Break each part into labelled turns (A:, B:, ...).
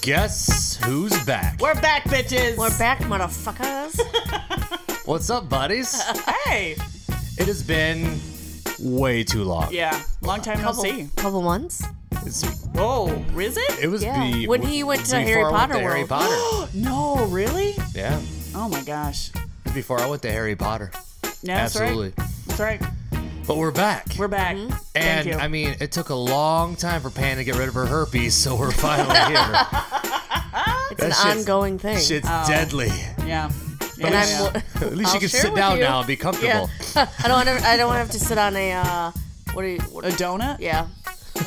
A: Guess who's back?
B: We're back, bitches.
C: We're back, motherfuckers.
A: What's up, buddies?
B: Hey.
A: it has been way too long.
B: Yeah. Long time no see.
C: couple months.
A: It's,
B: Whoa. Is it?
A: it was
C: Yeah.
A: be-
C: When he went to
A: before
C: Harry
A: I
C: Potter
A: went to Harry
C: World.
A: Potter.
B: No, really?
A: yeah.
B: Oh my gosh.
A: Before I went to Harry Potter.
B: No, that's
A: Absolutely.
B: right. That's right.
A: But we're back.
B: We're back.
A: and
C: Mm-hmm.
B: Thank you.
A: I mean, it took a long time for Pan to get rid of her herpes, so we're finally here.
C: It's an
A: shit's-
C: ongoing thing.
A: Shit's deadly.
B: yeah. Yeah,
C: um, and
B: yeah.
C: I'm,
A: At least
C: I'll
A: you can
C: share
A: sit
C: with
A: down
C: you.
A: now and be
C: yeah.
A: comfortable.
C: I don't want to. I don't want to have to sit on a. Uh, what do you? What,
B: a donut.
C: yeah.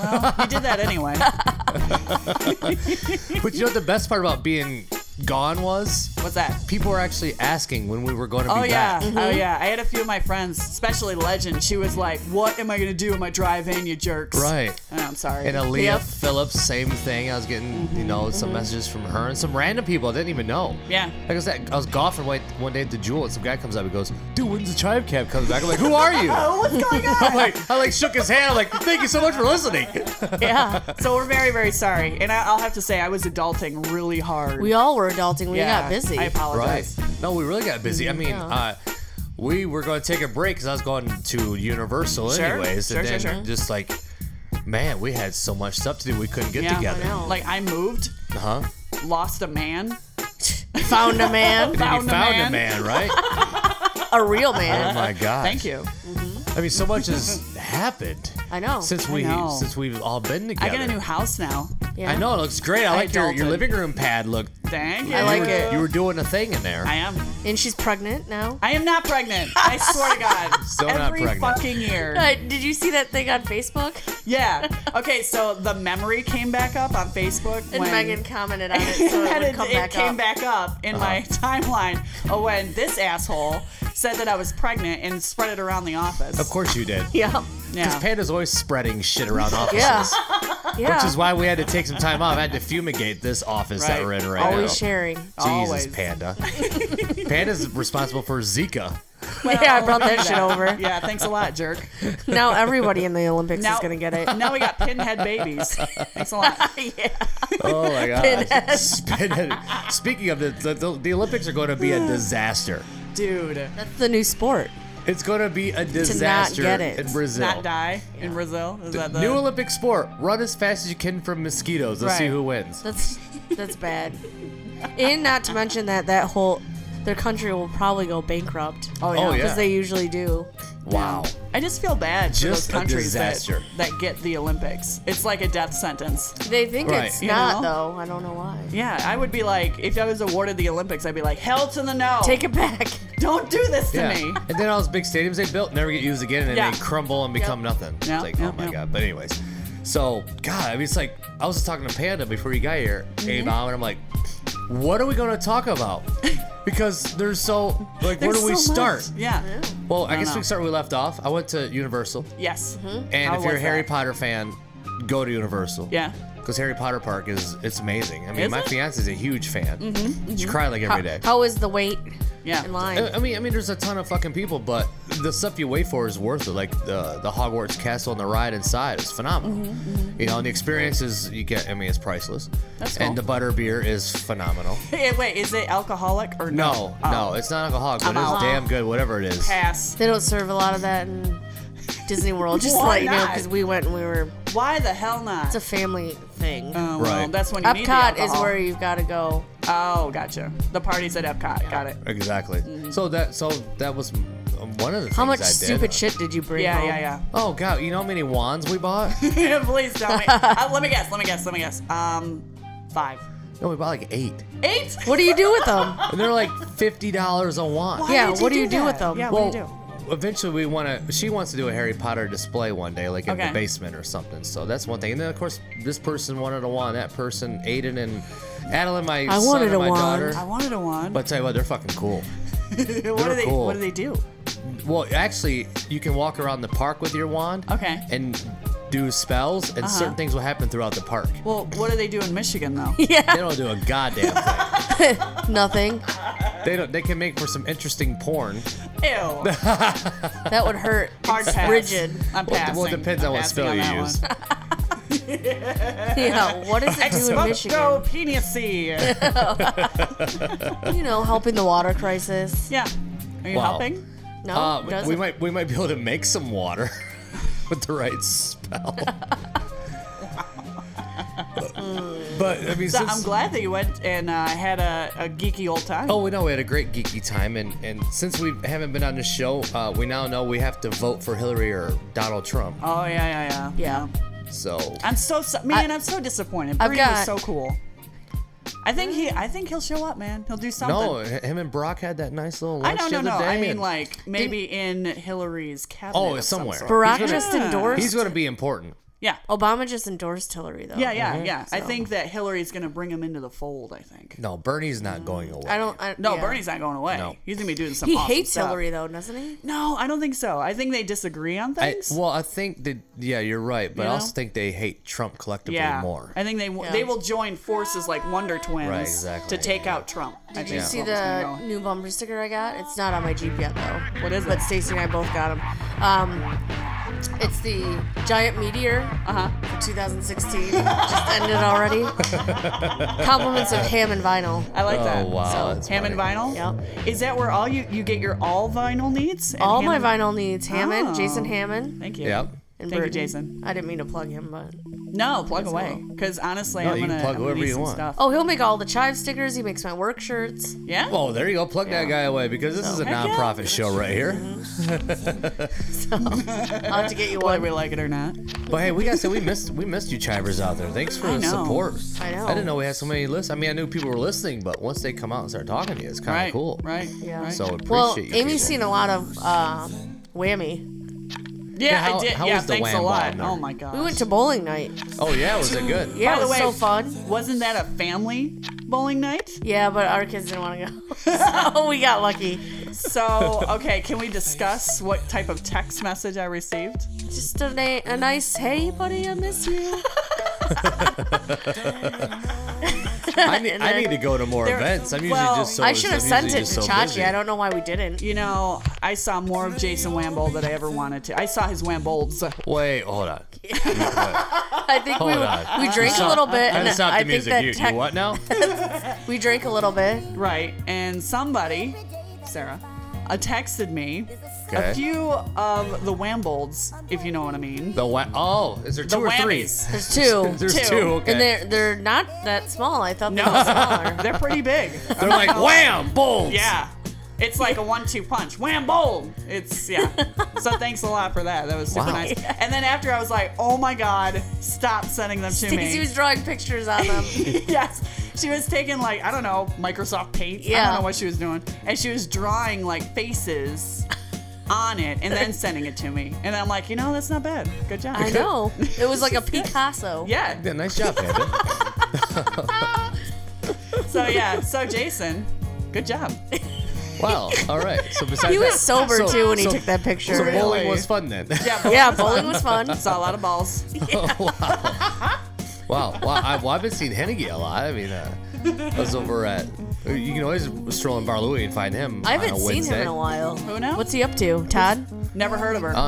B: Well, you did that anyway.
A: But you know what the best part about being gone was?
B: What's that?
A: People were actually asking when we were going to
B: Oh
A: be
B: yeah,
A: back.
C: Mm-hmm.
B: oh yeah. I had a few of my friends, especially Legend. She was like, "What am I gonna do when I drive in, you jerks?"
A: Right.
B: And I'm sorry.
A: And Aaliyah
C: Yep.
A: Phillips, same thing. I was getting, you know, some messages from her and some random people I didn't even know.
B: Yeah.
A: Like I said, I was golfing one one day at the Jewel, and some guy comes up and goes, "Dude, when's the Tribe Cab comes back?" I'm like, "Who are you?"
B: oh, what's going on?
A: I'm like, I like shook his hand. I'm like, "Thank you so much for listening."
C: Yeah.
B: so we're very, very sorry. And I, I'll have to say, I was adulting really hard.
C: we all were adulting. We
B: yeah,
C: got busy.
B: I apologize.
A: No, we really got busy. I mean,
C: Yeah.
A: uh, we were going to take a break because I was going to Universal
B: Sure,
A: anyways,
B: sure,
A: and
B: sure,
A: then
B: sure.
A: just like, man, we had so much stuff to do we couldn't get
B: Yeah, I
A: together.
C: know.
B: Like I moved,
A: Uh huh.
B: lost a man.
C: Found a man,
A: And
B: Found
A: you
B: a
A: found
B: man.
A: a man, right?
C: a real man.
A: oh my god.
B: Thank you.
A: I mean, so much has happened.
C: I know.
A: Since we
B: know.
A: since we've all been
B: I
A: together.
B: got a new house now.
C: Yeah.
A: I know it looks great. I, like your, your
B: adulted.
A: living room pad. Look,
B: Thank you.
C: I like it.
A: you were doing a thing in there.
B: I am.
C: And she's pregnant now.
B: I am not pregnant. I swear to God.
A: Still not
B: Every
A: pregnant.
B: fucking year.
C: Uh, did you see that thing on Facebook?
B: Yeah. Okay, so the memory came back up on Facebook
C: And
B: when
C: Megan commented on it, so it
B: and
C: would
B: it,
C: come
B: it
C: back
B: came
C: up.
B: back up in my timeline of when this asshole said that I was pregnant and spread it around the office.
A: of course you did.
C: Yeah.
B: Yeah.
A: Panda's always spreading shit around offices,
C: Yeah. Yeah.
A: which is why we had to take some time off. I had to fumigate this office that
B: Right.
A: we're in right now.
C: Always sharing.
A: Jesus,
B: Always.
A: Panda. Panda's responsible for Zika.
C: yeah, I brought that shit over.
B: Yeah, thanks a lot, jerk.
C: Now everybody in the Olympics is gonna get it.
B: Now we got pinhead babies. Thanks a lot.
C: yeah.
A: Oh my god. Speaking of the, the, the Olympics are going to be a disaster.
B: Dude,
C: That's the new sport.
A: It's going to be a disaster
C: get it.
A: in Brazil.
B: not die in Brazil. Is that the
A: New Olympic sport. Run as fast as you can from mosquitoes. Let's see
B: Right.
A: who wins.
C: That's that's bad. And not to mention that that whole their country will probably go bankrupt.
B: Oh,
A: Oh,
B: yeah.
A: yeah.
C: Because they usually do.
A: Wow.
B: I just feel bad for
A: Just a
B: those countries that,
A: disaster.
B: that get the Olympics. It's like a death sentence.
C: They think
A: Right.
C: it's
A: You
C: not
B: know?
C: though. I don't know why.
B: Yeah, I would be like, if I was awarded the Olympics, I'd be like, hell to the no.
C: Take it back.
B: Don't do this to
A: Yeah.
B: me.
A: And then all those big stadiums they built never get used again and
B: Yeah.
A: they crumble and become nothing.
B: Yeah,
A: It's like,
B: yeah,
A: oh my
B: yeah.
A: God. But, anyways. So, God, I mean, it's like, I was just talking to Panda before you got here,
B: Mm-hmm.
A: hey, Mom, and I'm like, what are we going to talk about? Because there's so, like, where
B: There's
A: do we
B: so much.
A: start?
B: Yeah.
A: Well, I guess we
B: no.
A: can start where we left off. I went to Universal.
B: Yes.
C: Mm-hmm.
A: And
B: How
A: if you're a
B: was
A: Harry
B: that?
A: Potter fan, go to Universal.
B: Yeah.
A: Because Harry Potter Park is it's amazing. I mean,
B: Is
A: my
B: it? Mm-hmm,
A: fiance's a huge fan. She cried like every day.
C: How is the wait
B: Yeah.
C: in line?
A: I I mean, I mean, there's a ton of fucking people, but the stuff you wait for is worth it. Like the the Hogwarts castle and the ride inside is phenomenal.
B: Mm-hmm,
A: You know, and the experience is you get. I mean, it's priceless.
B: That's
A: And the
B: cool.
A: butter beer is phenomenal.
B: Hey, wait, is it alcoholic or no?
A: No,
B: Oh.
A: no, it's not alcoholic, but
B: I'm
A: it's
B: out.
A: damn good. Whatever it is.
B: Pass.
C: They don't serve a lot of that in Disney World. Just to
B: Why
C: let you know,
B: not?
C: because we went and we were.
B: Why the hell not?
C: It's a family thing.
B: oh, well,
A: Right.
B: that's when you need the
C: Epcot is
B: alcohol.
C: where you've got to go.
B: Oh, gotcha. The party's at Epcot. Got it.
A: Exactly.
B: Mm-hmm.
A: So that so that was um, one of the things
C: How much
A: I did.
C: stupid shit did you
B: uh,
C: bring?
B: Yeah,
C: home?
B: yeah,
A: Oh god, you know how many wands we bought?
B: yeah. Please tell me. Uh, let me guess. Let me guess. Let me guess. Um, five,
A: no, we bought like eight,
B: eight.
C: What do you do with them?
A: and they're like fifty dollars a wand.
B: Why
C: Yeah,
B: did
C: what do you do
B: that?
C: with them?
B: Yeah,
A: Well,
B: what do you do?
A: eventually we want to. She wants to do a Harry Potter display one day, like in
B: Okay.
A: the basement or something. So that's one thing. And then of course this person wanted a wand. That person, Aiden and Adeline, my
C: I
A: son
C: wanted
A: and
C: a
A: my
C: wand.
B: I
A: daughter.
B: wanted a one.
A: But I tell you what, they're fucking cool.
B: what do they?
A: cool.
B: What do they do?
A: Well, actually, you can walk around the park with your wand.
B: Okay. Uh-huh.
A: And do spells, and certain things will happen throughout the park.
B: Well, what do they do in Michigan though?
A: They don't do a goddamn thing.
C: Nothing.
A: They don't. They can make for some interesting porn.
B: Ew.
C: That would hurt.
B: Hard pass.
C: rigid.
B: I'm
A: Well, it-
B: passing.
A: well, it depends
B: I'm
A: on what
B: passing
A: spell you
B: that
A: use.
B: one.
C: Yeah, what does it do in Michigan?
B: Expectopeniacy.
C: You know, helping the water crisis.
B: yeah. Are you
A: Wow.
B: helping?
C: No,
B: Oh,
A: Uh,
C: doesn't.
A: we might we might be able to make some water with the right spell. but I mean,
B: So
A: since,
B: I'm glad that you went and uh, had a, a geeky old time.
A: Oh, we know we had a great geeky time, and, and since we haven't been on the show, uh, we now know we have to vote for Hillary or Donald Trump.
B: Oh, yeah, yeah, yeah.
C: yeah.
A: So
B: I'm so, so man. I, am so disappointed.
C: I've
B: Bree
C: got-
B: was so cool. I think he. I think he'll show up, man. He'll do something.
A: no, h- him and Brock had that nice little
B: I
A: lunch
B: know,
A: the
B: no,
A: other
B: no.
A: day.
B: I mean,
A: and
B: like maybe in Hillary's cabinet.
A: Oh,
B: of some
A: somewhere.
B: sort.
C: Barack
A: He's gonna-
C: just endorsed.
A: he's going to be important.
B: Yeah.
C: Obama just endorsed Hillary though.
B: Yeah,
A: Mm-hmm.
B: yeah, yeah. I
C: So-
B: think that Hillary's going to bring him into the fold. I think.
A: No, Bernie's not going away.
C: I don't. I,
B: No,
C: yeah.
B: Bernie's not going away.
A: No.
B: He's going to be doing some.
C: He
B: awesome
C: hates
B: stuff.
C: Hillary though, doesn't he?
B: No, I don't think so. I think they disagree on
A: I,
B: things.
A: well, I think that yeah, you're right, but
B: You
A: I
B: know?
A: also think they hate Trump collectively
B: yeah.
A: more.
B: I think they w they will join forces like Wonder Twins
A: Right, exactly,
B: to take
A: yeah.
B: out Trump. I
C: Did you
B: think
C: see
B: that's what's
C: the
B: gonna
C: new bumper sticker I got? It's not on my Jeep yet though.
B: What is
C: But
B: it?
C: Stacy and I both got them. Um, it's the giant meteor
B: go. Uh-huh.
C: 2016. Just ended already. Compliments of ham and vinyl.
B: I like
A: Oh,
B: that.
A: wow,
B: So,
A: that's
B: ham and
A: funny.
B: vinyl.
C: Yep.
B: Is that where all you you get your all vinyl needs? And
C: All
B: ham
C: my
B: and-
C: vinyl needs Hammond,
B: Oh.
C: Jason Hammond,
B: Thank you.
A: yeah.
C: and
B: Thank you,
C: Burton.
B: Jason.
C: I didn't mean to plug him, but
B: No, plug away. Because honestly,
A: No,
B: I'm
A: you can
B: gonna
A: plug
B: I'm gonna
A: whoever
B: need
A: you
B: some
A: want.
B: Stuff.
C: oh, he'll make all the chive stickers. He makes my work shirts.
B: yeah.
A: Well, Oh, there you go. Plug that guy away because this is a
B: Heck yeah.
A: nonprofit show right here.
C: Mm-hmm. I'll have to get you
B: whether
C: one.
B: we like it or not.
A: But hey, we got to say we missed we missed you chivers out there. Thanks for
B: I
A: the
B: know.
A: support.
C: I know.
A: I didn't know we had so many lists. I mean, I knew people were listening, but once they come out and start talking to you, it's kind of
B: Right.
A: cool.
B: Right.
C: Yeah.
B: Right.
A: So appreciate
C: Well,
A: you.
C: Amy's
A: people.
C: seen a lot of uh, whammy.
B: yeah,
A: how-
B: I did.
A: how
B: yeah,
A: was the
B: thanks a
A: Wham
B: lot.
A: Bam night?
B: Oh my god.
C: We went to bowling night.
A: Oh yeah, was it good?
C: Yeah,
B: By
C: it
B: the
C: was
B: way-
C: so fun.
B: Wasn't that a family bowling night?
C: Yeah, but our kids didn't want to go, so we got lucky.
B: So okay, can we discuss what type of text message I received?
C: Just a, na- a nice, hey buddy, I miss you.
A: I need,
C: And
A: I
C: then-
A: need to go to more
B: There-
A: events. I'm usually
B: well,
A: just so
C: I should have
A: I'm
C: sent
A: usually
C: it to
A: just so
C: Chachi.
A: busy.
C: I don't know why we didn't.
B: You know, I saw more of Jason Wambold than I ever wanted to. I saw his Wambolds.
A: Wait, hold on.
C: I think we,
A: Hold on.
C: we drank a
A: Stop-
C: little bit,
A: I
C: and
A: stopped
C: I
A: the
C: think
A: music.
C: that
A: you,
C: tech-
A: you what now?
C: we drank a little bit.
B: Right. And somebody, Sarah, uh, texted me
A: Okay.
B: a few of the Wambolds, if you know what I mean.
A: The what? Oh, is there two
B: The
A: or
B: whammies.
A: three?
C: There's two.
A: There's two.
B: Two.
A: okay.
C: And they're they're not that small. I thought they
B: No.
C: were smaller.
B: They're pretty big.
A: They're like wham, boom.
B: yeah. It's like a one-two punch. Wambold. It's yeah. So thanks a lot for that. That was super
A: Wow.
B: nice. And then after I was like, oh my god, stop sending them to
C: Stacey
B: me.
C: was drawing pictures on them.
B: yes. She was taking like, I don't know, Microsoft Paint. I
C: Yeah.
B: don't know what she was doing. And she was drawing like faces on it and then sending it to me. And I'm like, you know, that's not bad. Good job.
C: I know. It was like a Picasso.
B: Yeah.
A: Yeah, nice job, Panda.
B: So yeah. So Jason, good job.
A: wow. All right. So besides
C: He was
A: that-
C: sober
A: so-
C: too when he
A: so-
C: took that picture.
A: So bowling
B: Really?
A: was fun then.
B: Yeah. but
C: yeah, bowling was fun.
B: Saw a lot of balls.
A: Wow. Wow. I, well, I've been seeing Henneke a lot. I mean, uh, I was over at. You can always stroll in Bar Louie and find him.
C: I haven't
A: on a
C: seen
A: Wednesday.
C: him in a while.
B: Who now?
C: What's he up to, Todd?
B: Never heard of her.
C: Uh,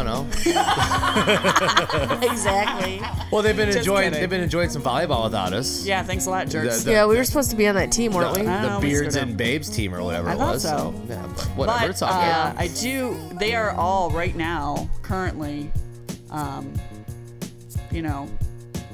A: I don't know.
C: exactly.
A: Well, they've been
B: Just
A: enjoying.
B: kidding.
A: They've been enjoying some volleyball without us.
B: yeah. Thanks a lot, jerks.
A: The-
C: Yeah, we were supposed to be on that team, weren't we?
A: The, the
B: know, we
A: beards
B: screwed
A: and babes team or whatever
B: I
A: it
B: thought
A: was.
B: so.
A: yeah, but whatever.
B: But
A: it's all good.
B: uh, I do. They are all right now, currently, um, you know,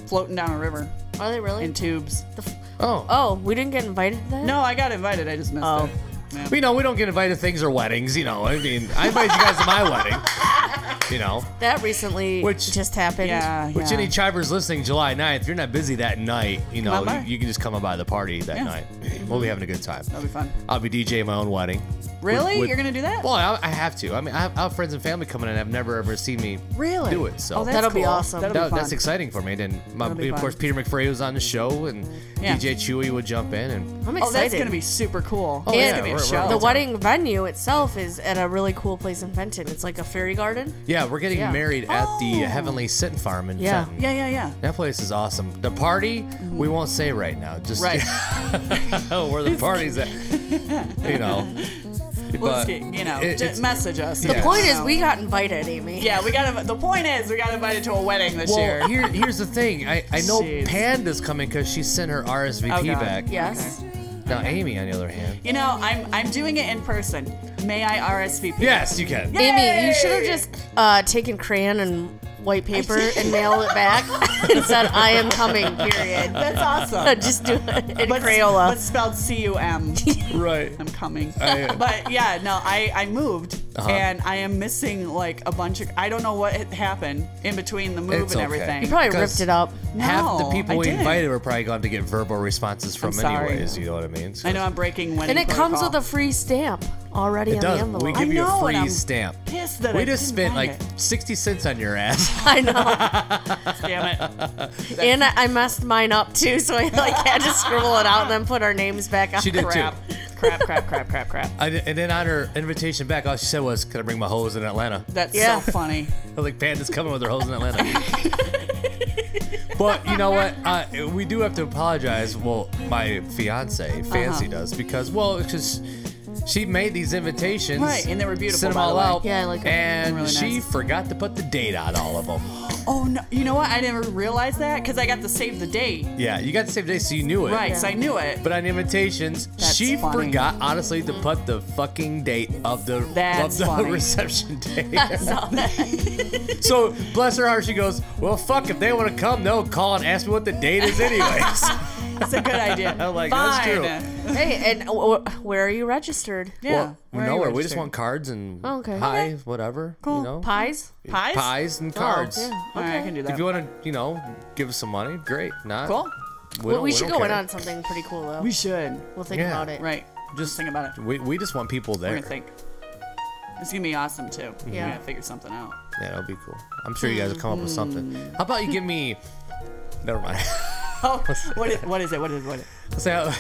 B: floating down a river
C: Are they really?
B: in tubes.
C: The f-
A: Oh.
C: oh, we didn't get invited to that?
B: No, I got invited. I just missed
C: Oh.
B: it. Yeah.
A: You know, we don't get invited to things or weddings. You know, I mean, I invited you guys to my wedding. You know,
C: That recently
A: Which-
C: just happened.
B: Yeah.
A: which
B: yeah.
A: any chivers listening July 9th, you're not busy that night. You know, you,
B: Remember?
A: you can just come on by the party that
B: Yeah.
A: night. We'll be having a good time.
B: That'll be fun.
A: I'll be DJing my own wedding.
B: Really?
A: with-
B: You're gonna do that?
A: Well, I, I have to. I mean, I have, I have friends and family coming in. I've never ever seen me
B: really?
A: do it. So
B: Oh, that's
C: That'll be
B: cool.
C: awesome.
B: That'll
A: That-
B: be fun.
A: that's exciting for me. Then, my, of
B: That'll be fun.
A: course, Peter McFray was on the show, and
B: Yeah.
A: DJ Chewy would jump in, and
C: I'm excited.
B: Oh, that's gonna be super cool. Oh,
C: yeah,
B: gonna be a
A: we're- we're
B: show.
A: all
C: The
A: time.
C: wedding venue itself is at a really cool place in Fenton. It's like a fairy garden.
A: yeah, we're getting
C: Yeah.
A: married at the
B: Oh.
A: Heavenly Sit Farm in
C: Yeah.
A: Fenton.
B: Yeah, yeah, yeah.
A: That place is awesome. The party, we won't say right now. Just
B: Right.
A: where the party's at. You know.
B: We'll
A: But
B: just get, you know,
A: it-
B: just
A: it's-
B: message us.
A: The
B: Yeah.
C: Point
B: You
C: is,
B: know.
C: we got invited, Amy.
B: Yeah, we got. The point is, we got invited to a wedding this year.
A: Well, here, here's the thing. I, I know
B: Jeez.
A: Panda's coming because she sent her
B: Oh,
A: RSVP
B: God.
A: back.
C: Yes.
A: Now, Amy, on the other hand.
B: You know, I'm I'm doing it in person. May I RSVP?
A: Yes, you can.
C: Amy, you should have just uh, taken crayon and white paper and mailed it back and said, I am coming, period.
B: That's awesome.
C: Just do it in
B: But-
C: Crayola.
B: but spelled C U M.
A: Right.
B: I'm coming.
A: I, uh, Uh-huh.
B: but yeah, no, I I moved and I am missing like a bunch of. I don't know what had happened in between the move
A: It's
B: and
A: okay.
B: everything.
C: You probably
A: Because-
C: ripped it up.
A: Half the
B: No,
A: people
B: I
A: we
B: didn't.
A: invited were probably going to get verbal responses from,
B: I'm sorry.
A: anyways. You know what I mean? So-
B: I know I'm breaking wedding.
C: And it comes with
B: protocol.
C: a free stamp already
A: It
C: on
A: does.
C: the envelope.
A: We give you
B: I
A: a
B: know, and
A: free
B: I'm
A: stamp.
B: pissed that
A: we
B: I
A: just
B: didn't
A: spent
B: buy
A: like
B: it.
A: 60 cents on your ass.
C: I know.
B: Damn it.
C: and I, I messed mine up too, so I like had to scribble it out and then put our names back on.
A: She did too.
B: Crap. crap. Crap. Crap. Crap. Crap.
A: I di- and then on her invitation back, all she said was, "Can I bring my hose in Atlanta?"
B: That's
C: Yeah.
B: so funny.
A: I was like, "Panda's coming with her hose in Atlanta." but you know what? Uh, we do have to apologize. Well, my
B: Uh-huh.
A: fiance Fancy does because well, it's just. She made these invitations,
B: Right, and they were beautiful,
A: Sent them
B: by the
A: all
B: way.
A: out,
C: Yeah, I like 'em.
A: and
B: Really
A: she
B: nice.
A: forgot to put the date on all of them.
B: Oh no! You know what? I never realized that because I got to save the date.
A: Yeah, you got the same day, so you knew it.
B: Right, so I knew it.
A: But on invitations,
B: That's
A: she
B: funny.
A: forgot honestly to put the fucking date of the of
B: That's
A: the
B: funny.
A: reception date. so bless her heart, she goes, "Well, fuck if they want to come, they'll call and ask me what the date is, anyways."
B: That's a good idea.
A: I'm like, that's
B: Fine.
A: true.
C: Hey, and w- w- where are you registered?
B: Yeah.
A: well,
B: where are you
A: nowhere. We just
B: registered?
A: want cards and
C: Oh, okay.
A: pie, whatever. You
B: Cool.
A: know,
C: Oh, Pies?
B: pies.
A: pies and cards.
C: Oh, yeah.
B: All right, I can do that.
A: If you want to, you know, give us some money, great. Not
B: cool.
A: We,
C: Well,
A: don't-
C: we
A: we
C: should
A: don't
C: go in
A: care.
C: on something pretty cool though.
B: We should.
C: We'll think
A: Yeah.
C: about it.
B: Right. Just think about it.
A: We, we just want people
B: We're
A: there.
B: gonna think. It's gonna be awesome too.
C: Yeah.
B: We're gonna figure something out.
A: Yeah, that'll be cool. I'm sure you guys will come up with something.
C: Hmm.
A: How about you give me? Never mind.
B: Oh, what is, what is it? What is what is
A: So,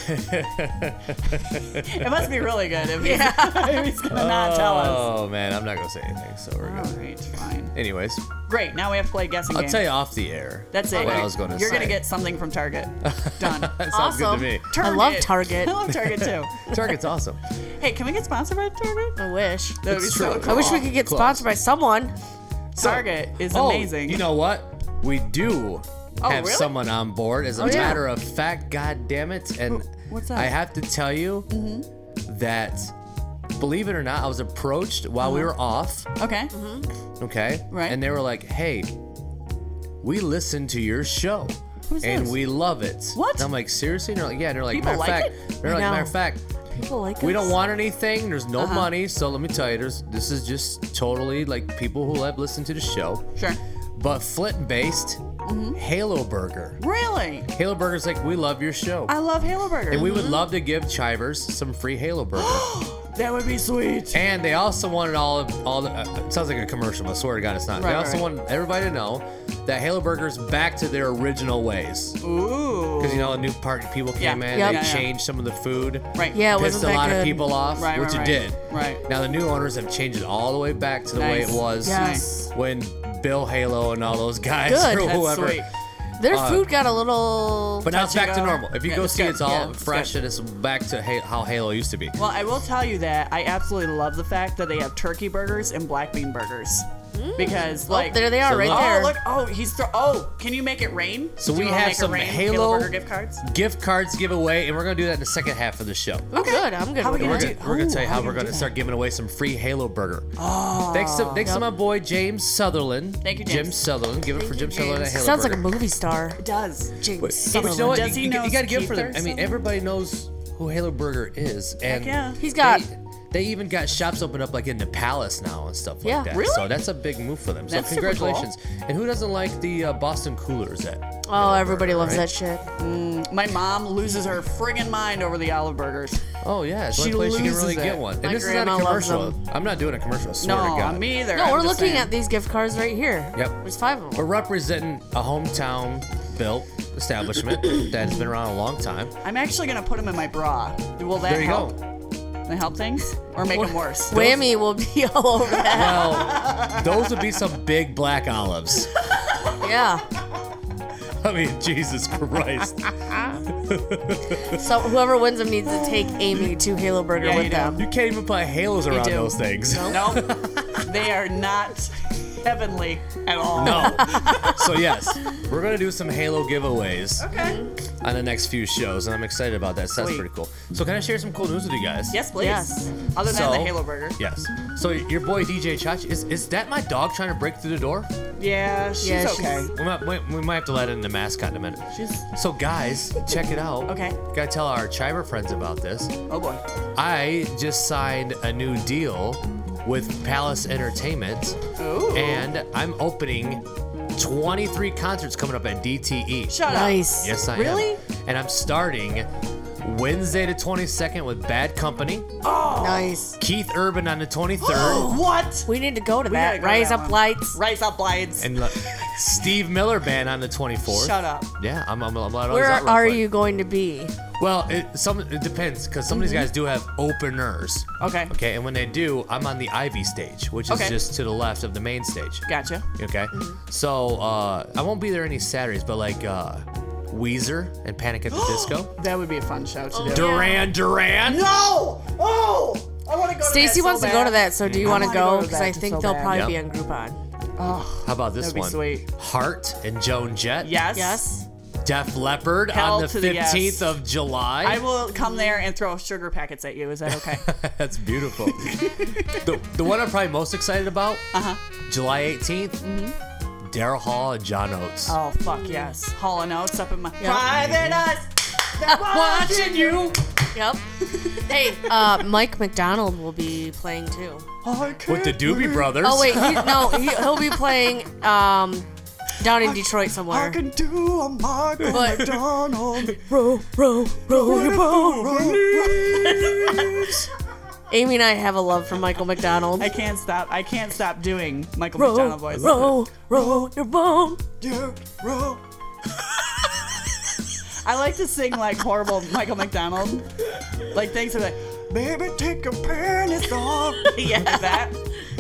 B: it? It must be really good if, yeah. if he's gonna not tell us.
A: oh man, I'm not gonna say anything. So we're
B: All
A: good.
B: right, fine.
A: Anyways,
B: Great. Now we have to play a guessing
A: Oh. I'll
B: game.
A: tell you off the air.
B: That's it.
A: What I
B: You're-
A: was gonna
B: You're
A: say.
B: gonna get something from Target. Done.
A: That sounds good
C: Awesome.
A: to me.
C: I love Target.
B: I love Target too.
A: Target's awesome.
B: Hey, can we get sponsored by Target?
C: I wish.
B: That would be
A: It's
B: so
A: true.
B: Oh, cool.
C: I wish we could get
A: Close.
C: sponsored by someone.
A: So-
B: Target is
A: oh,
B: amazing.
A: You know what? We do
B: Oh,
A: have
B: really?
A: someone on board. As a
C: yeah.
A: matter of fact, god damn it, and
B: Wh- what's Mm-hmm. that?
A: I have to tell you that, believe it or not, I was approached while we were off.
B: Okay.
C: Mm-hmm.
A: Okay.
B: Uh-huh. Right.
A: And they were like, hey, we listen to your show.
B: Who's
A: and
B: this?
A: we love it.
B: What?
A: And I'm like, seriously? And they're like, yeah. And they're like,
B: People
A: matter of
B: like
A: fact, they're like,
C: I know.
A: matter of fact,
C: People like
A: we
C: us.
A: don't want anything. There's
B: Uh-huh.
A: no money. So let me tell you, there's, this is just totally like people who have listened to the show.
B: Sure.
A: But Flint based
B: Mm-hmm.
A: Halo Burger.
B: Really?
A: Halo Burger's like, we love your show.
B: I love Halo Burger.
A: and we would love to give Chivers some free Halo Burger.
B: that would be sweet.
A: And they also wanted all of all. The, uh, it sounds like a commercial, but I swear to God, it's not.
B: Right,
A: they
B: right,
A: also
B: right.
A: want everybody to know that Halo Burger's back to their original ways.
B: Ooh.
A: Because you know, a new part people
B: Yeah.
A: came in,
C: Yep.
A: they
C: Yeah,
B: yeah.
A: changed some of the food,
B: Right.
C: Yeah, it
A: pissed
C: wasn't
A: a
C: that
A: lot
C: good.
A: of people off,
B: Right,
A: which
B: right,
A: it
B: right.
A: did.
B: Right.
A: Now the new owners have changed it all the way back to the way it
B: Nice.
A: was
C: Yes.
A: when Bill Halo and all those guys
C: Good.
A: or
B: That's
A: whoever.
B: sweet.
C: Their food got a little.
A: But now it's
B: Touch
A: back
B: and
A: to
B: go.
A: normal. If you
B: Yeah,
A: go
B: it's
A: see,
B: good.
A: it's all
B: Yeah, it's
A: fresh
B: good.
A: and it's back to ha- how Halo used to be.
B: Well, I will tell you that I absolutely love the fact that they have turkey burgers and black bean burgers. Because like
C: Mm. oh, there they are,
A: So
C: right
A: look-
B: Oh
C: there.
B: look! Oh, he's throw. Oh, can you make it rain?
A: So
B: Do
A: we
B: you wanna
A: have
B: make a
A: some
B: rain
A: Halo-
B: burger gift cards.
A: Gift cards giveaway, and we're gonna do that in the second half of the show.
C: I'm good. I'm good.
B: How
C: with
B: we
A: We're
C: that.
A: gonna,
B: Dude,
A: we're gonna tell you
B: ooh,
A: how
B: I
A: we're
B: didn't
A: gonna
B: do Oh,
A: start giving away some free Halo Burger. thanks to thanks to my boy James Sutherland.
B: Thank you,
A: Jim
B: James.
A: Sutherland. Give it for Jim Sutherland at Halo
C: Sounds like
A: Burger.
C: a movie star.
B: It does. James.
A: But you know what?
B: Does
A: You-
B: he
A: you,
B: know
A: you gotta give it for
B: Keith
A: them.
B: or
A: I mean,
B: something?
A: everybody knows who Halo Burger is, and
B: yeah.
C: He's got-
A: They, they even got shops open up like in the Palace now and stuff like
C: Yeah.
A: that.
B: Really?
A: So that's a big move for them. So
B: That's super cool.
A: congratulations. And who doesn't like the uh, Boston coolers? That
C: Oh, everybody loves that shit.
B: My mom loses her friggin' mind over the olive burgers.
A: oh yeah, it's
B: She
A: one place you can
B: loses
A: really
B: it.
A: get one. And
C: My
A: this is not a
C: grandma loves
A: commercial.
C: them.
A: I'm not doing a commercial. I swear to
B: No,
A: God.
B: me either.
C: No,
B: I'm
C: we're
B: just
C: looking
B: saying.
C: at these gift cards right here.
A: Yep.
C: There's five of
A: We're
C: them.
A: representing a hometown built establishment that has been around a long time.
B: I'm actually gonna put them in my bra. Will that
A: There you
B: help?
A: go.
B: They help things or make them worse?
C: Whammy will be all over that.
A: Well, those would be some big black olives.
C: yeah.
A: I mean, Jesus Christ.
C: So whoever wins them needs to take Amy to Halo Burger
B: Yeah, you
C: with
B: do.
C: them.
A: You can't even put halos around
B: do.
A: those things.
B: Nope. they are not heavenly at all.
A: No. so yes, we're gonna do some Halo giveaways
B: Okay.
A: on the next few shows, and I'm excited about that. So that's
B: Sweet.
A: pretty cool. So can I share some cool news with you guys?
B: Yes, please.
C: Yes.
B: Other than
A: So-
B: the Halo Burger.
A: Yes. So your boy DJ Chach is is that my dog trying to break through the door?
B: Yeah, she's
C: Yeah, she's-
B: okay.
A: We might, we, we might have to let in the mascot in a minute.
B: She's,
A: So guys, check it out.
B: Okay.
A: Gotta tell our Chiver friends about this.
B: oh boy.
A: I just signed a new deal with Palace Entertainment,
B: Ooh.
A: and I'm opening 23 concerts coming up at DTE.
B: Shut
C: Nice.
A: Yes, I
B: Really?
A: am. And I'm starting Wednesday the 22nd with Bad Company,
C: Nice.
A: Keith Urban on the
B: up.
A: 23rd,
B: What?
C: We need to go to
B: gotta go
C: that.
B: to
C: Rise
B: that
C: up
B: one.
C: lights.
B: Rise up, Lights.
A: and Le- Steve Miller Band on the 24th.
B: Shut up.
A: Yeah, I'm. I'm. I'm glad I was
C: Where
A: out real
C: are
A: quick.
C: you going to be?
A: Well, it, some it depends because some of these guys do have openers.
B: Mm-hmm. Okay.
A: Okay, and when they do, I'm on the Ivy stage, which is
B: Okay. Mm-hmm.
A: just to the left of the main stage.
B: Gotcha.
A: Okay. So uh, I won't be there any Saturdays, but like uh, Weezer and Panic at the Disco,
B: That would be a fun show to do.
A: Duran Duran.
B: Oh. No! Oh! I want to go. to
C: Stacy
B: that
C: wants
B: so
C: to go to
B: bad.
C: that, so do you want to
B: wanna go
C: go?
B: to
C: Because
B: that
C: I
B: so
C: think they'll
B: bad.
C: probably be
A: Yep.
C: on Groupon.
A: How about this
B: That'd be
A: one?
B: sweet.
A: Hart and Joan Jett.
B: Yes.
C: Yes.
A: Def Leppard
B: Hell
A: on the
B: to the yes.
A: 15th of July.
B: I will come there and throw sugar packets at you. Is that okay?
A: That's beautiful. the, the one I'm probably most excited about, uh-huh. July 18th, Daryl Hall and John Oates.
B: Mm-hmm. oh fuck yes. Hall and Oates up in my.
C: Yeah.
B: Private us. They're watching you.
C: Yep. hey, uh, Mike McDonald will be playing too.
A: With the
B: Mm-hmm.
A: Doobie Brothers.
C: Oh wait, he, no, he, he'll be playing um, down in Detroit somewhere.
B: do a Mark
C: But-
B: McDonald.
C: Row, row, row your Amy and I have a love for Michael McDonald.
B: I can't stop. I can't stop doing Michael
C: row,
B: McDonald voice.
C: row, row your boat.
B: I like to sing like horrible Michael McDonald. Like things like, baby, take your panties off. yeah, like that.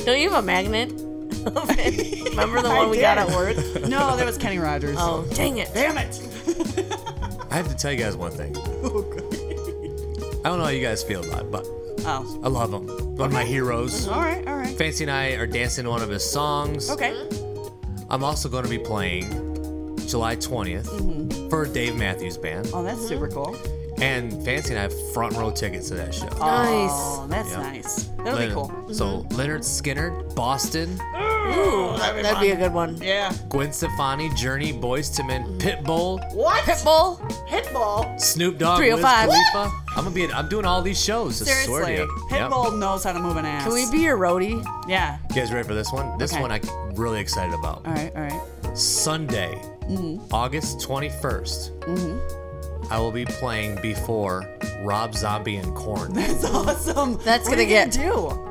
C: Don't you have a magnet? Remember the
B: I
C: one we got
B: did.
C: at work?
B: No, that was Kenny Rogers.
C: Oh, dang it.
B: Damn it.
A: I have to tell you guys one thing. I don't know how you guys feel about it, but
B: Oh.
A: I love him. One of my heroes.
B: All right, all right.
A: Fancy and I are dancing to one of his songs.
B: Uh-huh. Okay.
A: I'm also going to be playing July 20th for Dave Matthews Band.
B: Mm-hmm. Oh, that's super cool.
A: And Fancy and I have front row tickets to that show.
C: Nice.
B: Oh, that's
A: Yeah.
B: nice. That'll be
A: Leonard-
B: cool. Mm-hmm.
A: So Leonard Skinner, Boston,
C: Ooh, that'd be a good one.
B: Yeah.
A: Gwen Stefani, Journey, Boys to Men, Pitbull,
B: What?
C: Pitbull.
B: Pitbull.
A: Snoop Dogg,
C: 305.
A: Wiz Khalifa. I'm gonna be. in- I'm doing all these shows. I swear to
B: oh Seriously,
A: you. Yep.
B: Pitbull knows how to move an ass.
C: Can we be your roadie?
B: Yeah.
A: You guys ready for this one? This
B: Okay.
A: one I'm really excited about.
B: All right, all right. Mm-hmm.
A: Sunday, August 21st. I will be playing before Rob Zombie and Corn.
B: That's awesome.
C: That's
B: what are
C: gonna
B: you
C: get-
B: gonna do.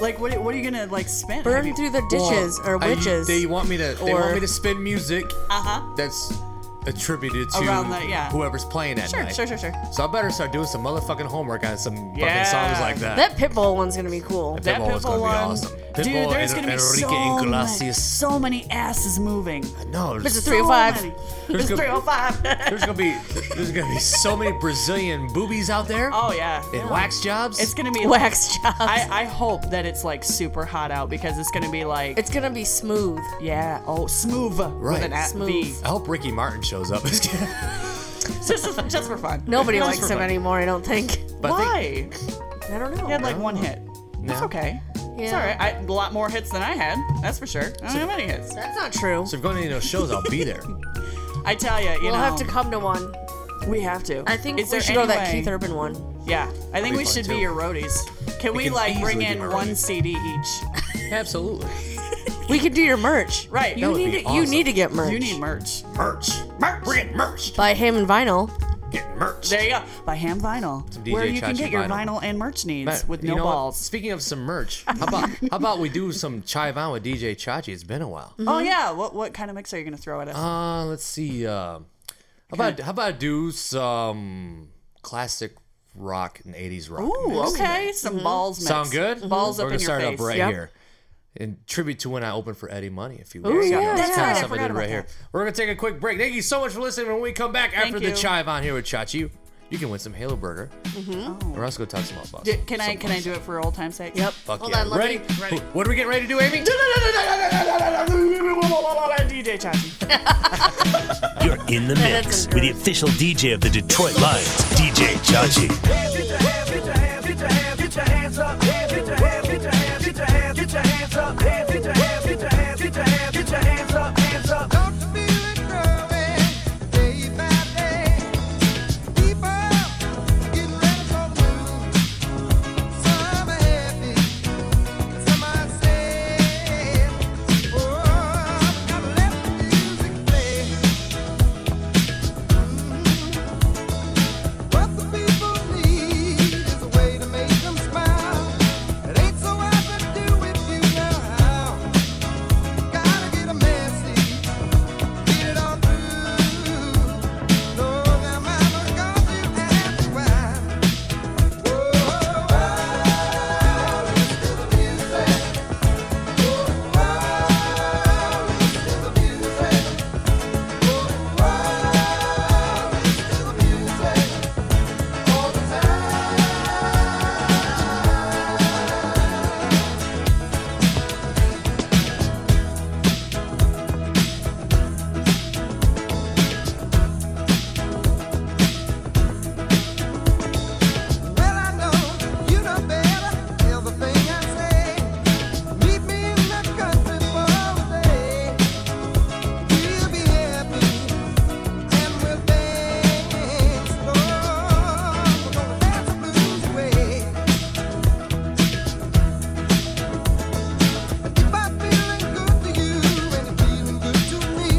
B: Like, what? What are you gonna like spin?
C: Burn through the ditches or witches.
A: they want me to. They
C: Or-
A: want me to spin music
B: Uh huh.
A: that's attributed to
B: Around the- yeah.
A: whoever's playing that
B: Sure,
A: night.
B: sure, sure, sure.
A: So I better start doing some motherfucking homework on some
B: Yeah.
A: fucking songs like that.
C: that Pitbull one's gonna be cool.
A: That Pitbull was gonna be awesome.
B: Dude,
A: Pitbull
B: there's
A: and
B: gonna be so,
A: Enrique
B: many,
A: Iglesias.
B: so many asses moving.
A: no,
C: Mr.
A: there's,
C: Three- 305.
B: So many. oh
A: There's
B: There's
A: gonna-
B: 305.
A: there's gonna be there's gonna be so many Brazilian boobies out there
B: oh yeah.
A: and wax jobs.
B: It's gonna be
C: Wax jobs.
B: I, I hope that it's like super hot out because it's gonna be like
C: it's gonna be smooth.
B: yeah oh smooth
A: Right.
B: with an at-
C: Smooth.
B: V.
A: I hope Ricky Martin shows up. but
B: just just for fun.
C: Nobody
B: Just
C: likes
B: for
C: him
B: fun.
C: anymore, I don't think.
A: I think
B: Why?
C: I don't know.
B: He had like one hit. That's
A: No.
B: okay. It's
C: Yeah.
B: all right. I, a lot more hits than I had. That's for sure. I don't have any hits.
C: That's not
A: so
C: true.
A: if you're going to any of those shows, I'll be there.
B: I tell ya, you,
C: we'll
B: know,
C: have to come to one.
B: We have to.
C: I think
B: Is
C: we
B: there
C: should go to
B: any
C: that
B: way-
C: Keith Urban one.
B: Yeah, I think
A: That'd be
B: we
A: fun,
B: should
A: too.
B: be your roadies. Can we,
A: can
B: like bring
A: easily do my
B: in one
A: roadies.
B: CD each?
A: Absolutely.
C: We could do your merch.
B: Right.
C: You
A: would
C: need
A: be
C: to, you
A: awesome.
C: need to get merch.
B: You need merch.
A: Merch. Merch. We're getting merch.
C: by Ham and Vinyl.
A: Getting merch.
B: There you go. By Ham Vinyl,
A: Some DJ
B: where you can
A: Chachi
B: get your
A: vinyl.
B: vinyl and merch needs
A: But
B: with
A: you
B: no
A: know what?
B: balls.
A: Speaking of some merch, how about how about we do some chive on with DJ Chachi? It's been a while.
B: Oh yeah. What what kind of mix are you gonna throw at us?
A: Uh, let's see. Uh, how about how about do some classic rock and 80s rock?
B: Ooh,
A: mix?
B: okay. Some balls. Mix.
A: Oh, Mm-hmm. Sound
B: Mm-hmm.
A: good? Mm-hmm.
B: Balls
A: We're
B: up
A: gonna
B: in your
A: start
B: face.
A: up right
C: Yep.
A: here. in tribute to when I opened for Eddie Money a few
C: Ooh,
A: years ago.
C: yeah,
A: It's kinda
C: yeah. That's right, I
A: something
B: forgot
A: did right
B: about
A: here. We're gonna take a quick break. Thank you so much for listening. When we come back
B: Thank
A: after the
B: you.
A: chive on here with Chachi, you can win some Halo Burger, or else go talk some hot sauce.
B: D- can I can I do it for old time's sake?
C: Yep.
A: Fuck
C: Hold
A: yeah.
C: on, let
A: ready?
C: me-
A: ready? What are we getting ready to do, Amy?
B: DJ Chachi.
D: You're in the mix with the official DJ of the Detroit Lions, DJ Chachi.
E: What the people need is a way to make them smile. It ain't so hard to do if you know how. Gotta get a message, get it all through. No, now mama got you ask why. Whoa, wow, listen to the music. Whoa, wow, listen to the music. Whoa, wow, listen to the music. All the Well, I know you know better. Everything I say. Meet me in the country for a day. We'll be happy. And we'll dance, Lord. We're gonna dance the blues away. If I'm feeling good to you and you're feeling good to me,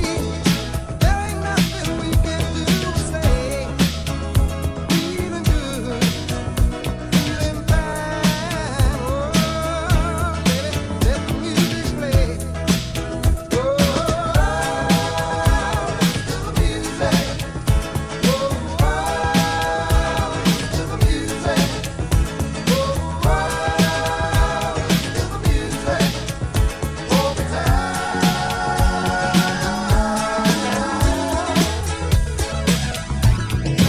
E: there ain't nothing we can do or say. Feeling good, feeling fine, oh baby, let the music play. Oh, listen to the music. Oh, listen to the music. Oh, listen to the music all the time. Oh, listen to the music.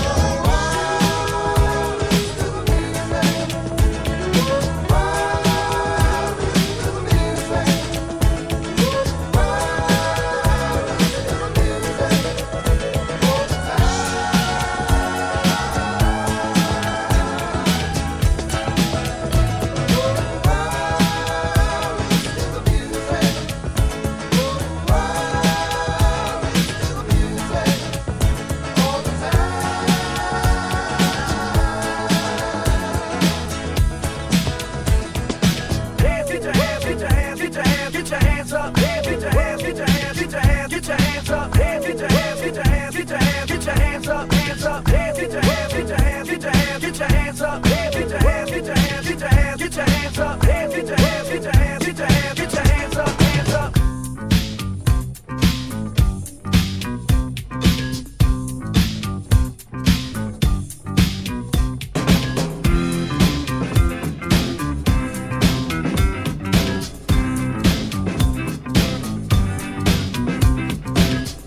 E: Oh, listen to the music.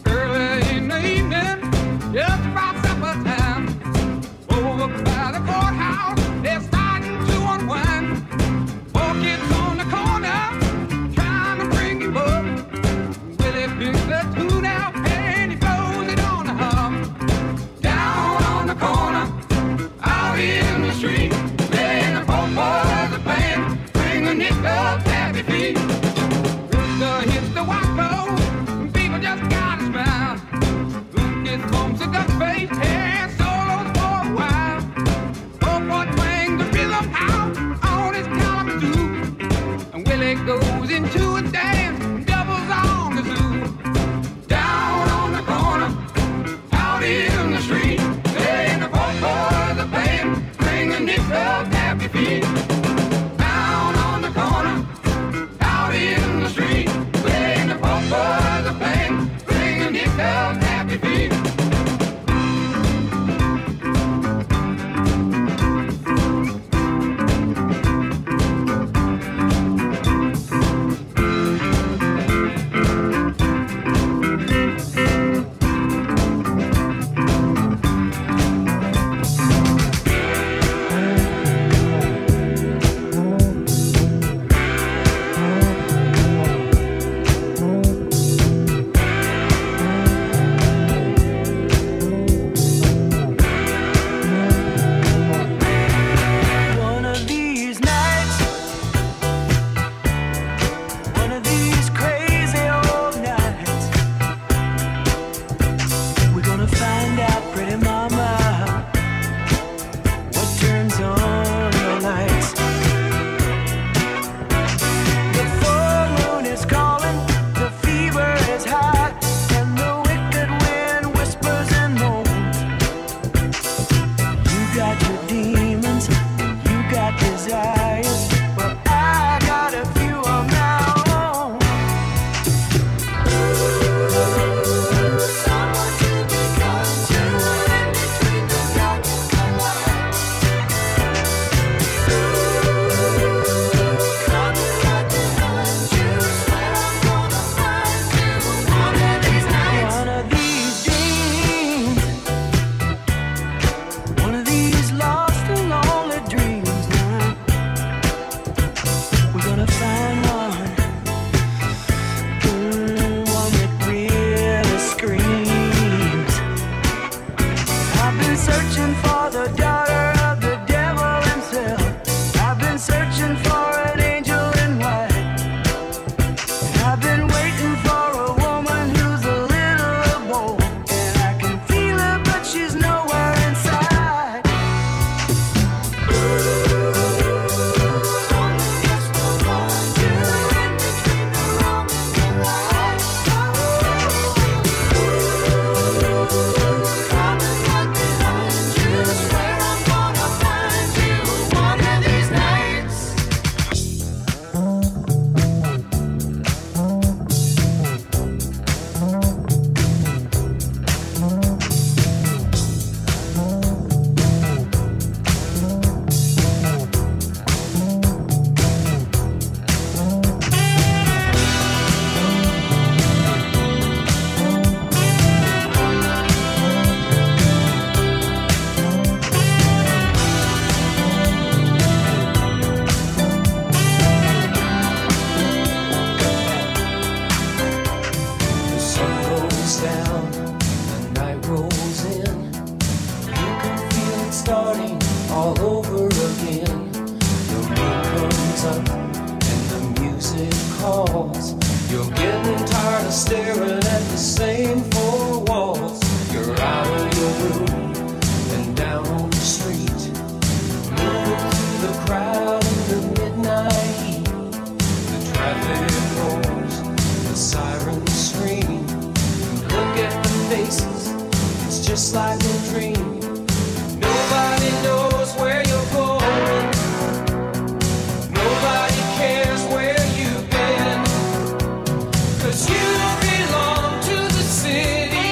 F: Early in the evening, just about supper time. Over by the courthouse, they're starting to unwind. Four kids on the corner, trying to bring him up. Willie picks the tune out and he blows it on the hum. Down on the corner, out in the street, playing the pop of the band, bringing it up happy feet. Hipster, hipster, wacko, people just gotta smile. Get bumps in the face, hair solos for a while. Poor boy twang the rhythm out on his Kalamazoo. And Willie goes into a dance, doubles on the zoo. Down on the corner, out in the street, playing the pop of the band, bringing it up happy feet. Down on the corner, out in the street, playing the pop of the band, bringing it up happy feet.
G: Mm, up and the music calls. You're getting tired of staring at the same four walls. You're out of your room and down on the street. Moving through the crowd in the midnight heat. The traffic roars, the sirens scream. Look at the faces, it's just like a dream. Nobody knows where you're going. Nobody cares where you've been. Cause you belong to the city.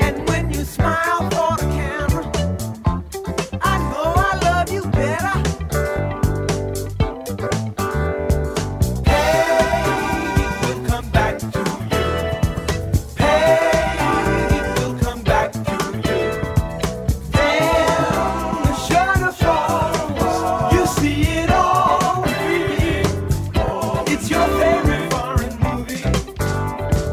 E: out for the camera. I know I love you better. Pain will come back to you. Pain will come back to you. Then the shutter falls. You see it all. It's your favorite foreign movie.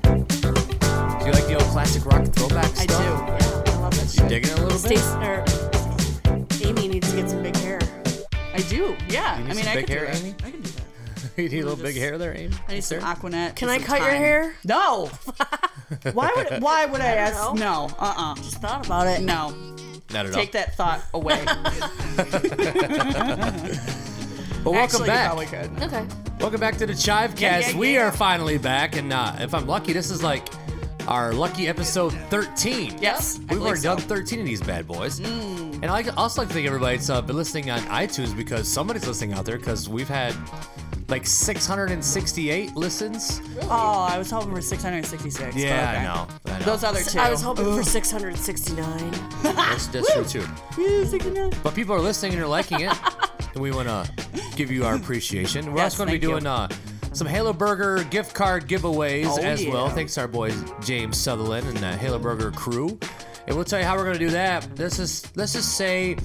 A: Do you like the old classic rock throwback
B: I do.
A: stuff?
B: Yeah, I love that
A: You
B: shit.
A: digging it a little bit?
C: Stace, or Amy needs to get some big hair.
B: I do. Yeah.
A: You need
B: I mean,
A: some
B: I
A: big
B: could
A: hair,
B: do that.
A: Amy?
B: I can do that.
A: you need a little big hair there, Amy?
B: I need some Aquanet.
C: Can
B: and
C: I
B: some
C: cut your
B: time.
C: hair?
B: No. why would Why would I ask?
C: know.
B: No. Uh. uh
C: Just thought about it.
B: No.
A: Not at all.
B: Take that thought away.
A: But welcome
B: Actually, you probably
A: back.
B: could.
C: Okay.
A: Welcome back to the Chivecast.
B: yeah,
A: We
B: yeah.
A: are finally back, and uh, if I'm lucky, this is like our lucky episode 13.
B: Yes, I
A: We've
B: believe
A: already
B: so.
A: done 13 of these bad boys. And I also like to thank everybody that's uh, been listening on iTunes because somebody's listening out there because we've had like 668 listens.
B: Oh, I was hoping for 666.
A: Yeah,
B: but okay.
A: I know. I know.
B: Those other two.
C: I was hoping for 669.
A: that's, that's true too.
B: Yeah, 69.
A: But people are listening and they're liking it. and we want to give you our appreciation. We're
B: Yes,
A: also going to be
B: thank you.
A: doing uh, some Halo Burger gift card giveaways
B: Oh,
A: as well.
B: yeah.
A: Thanks to our boys James Sutherland and the Halo Burger crew. And we'll tell you how we're going to do that. This is let's just say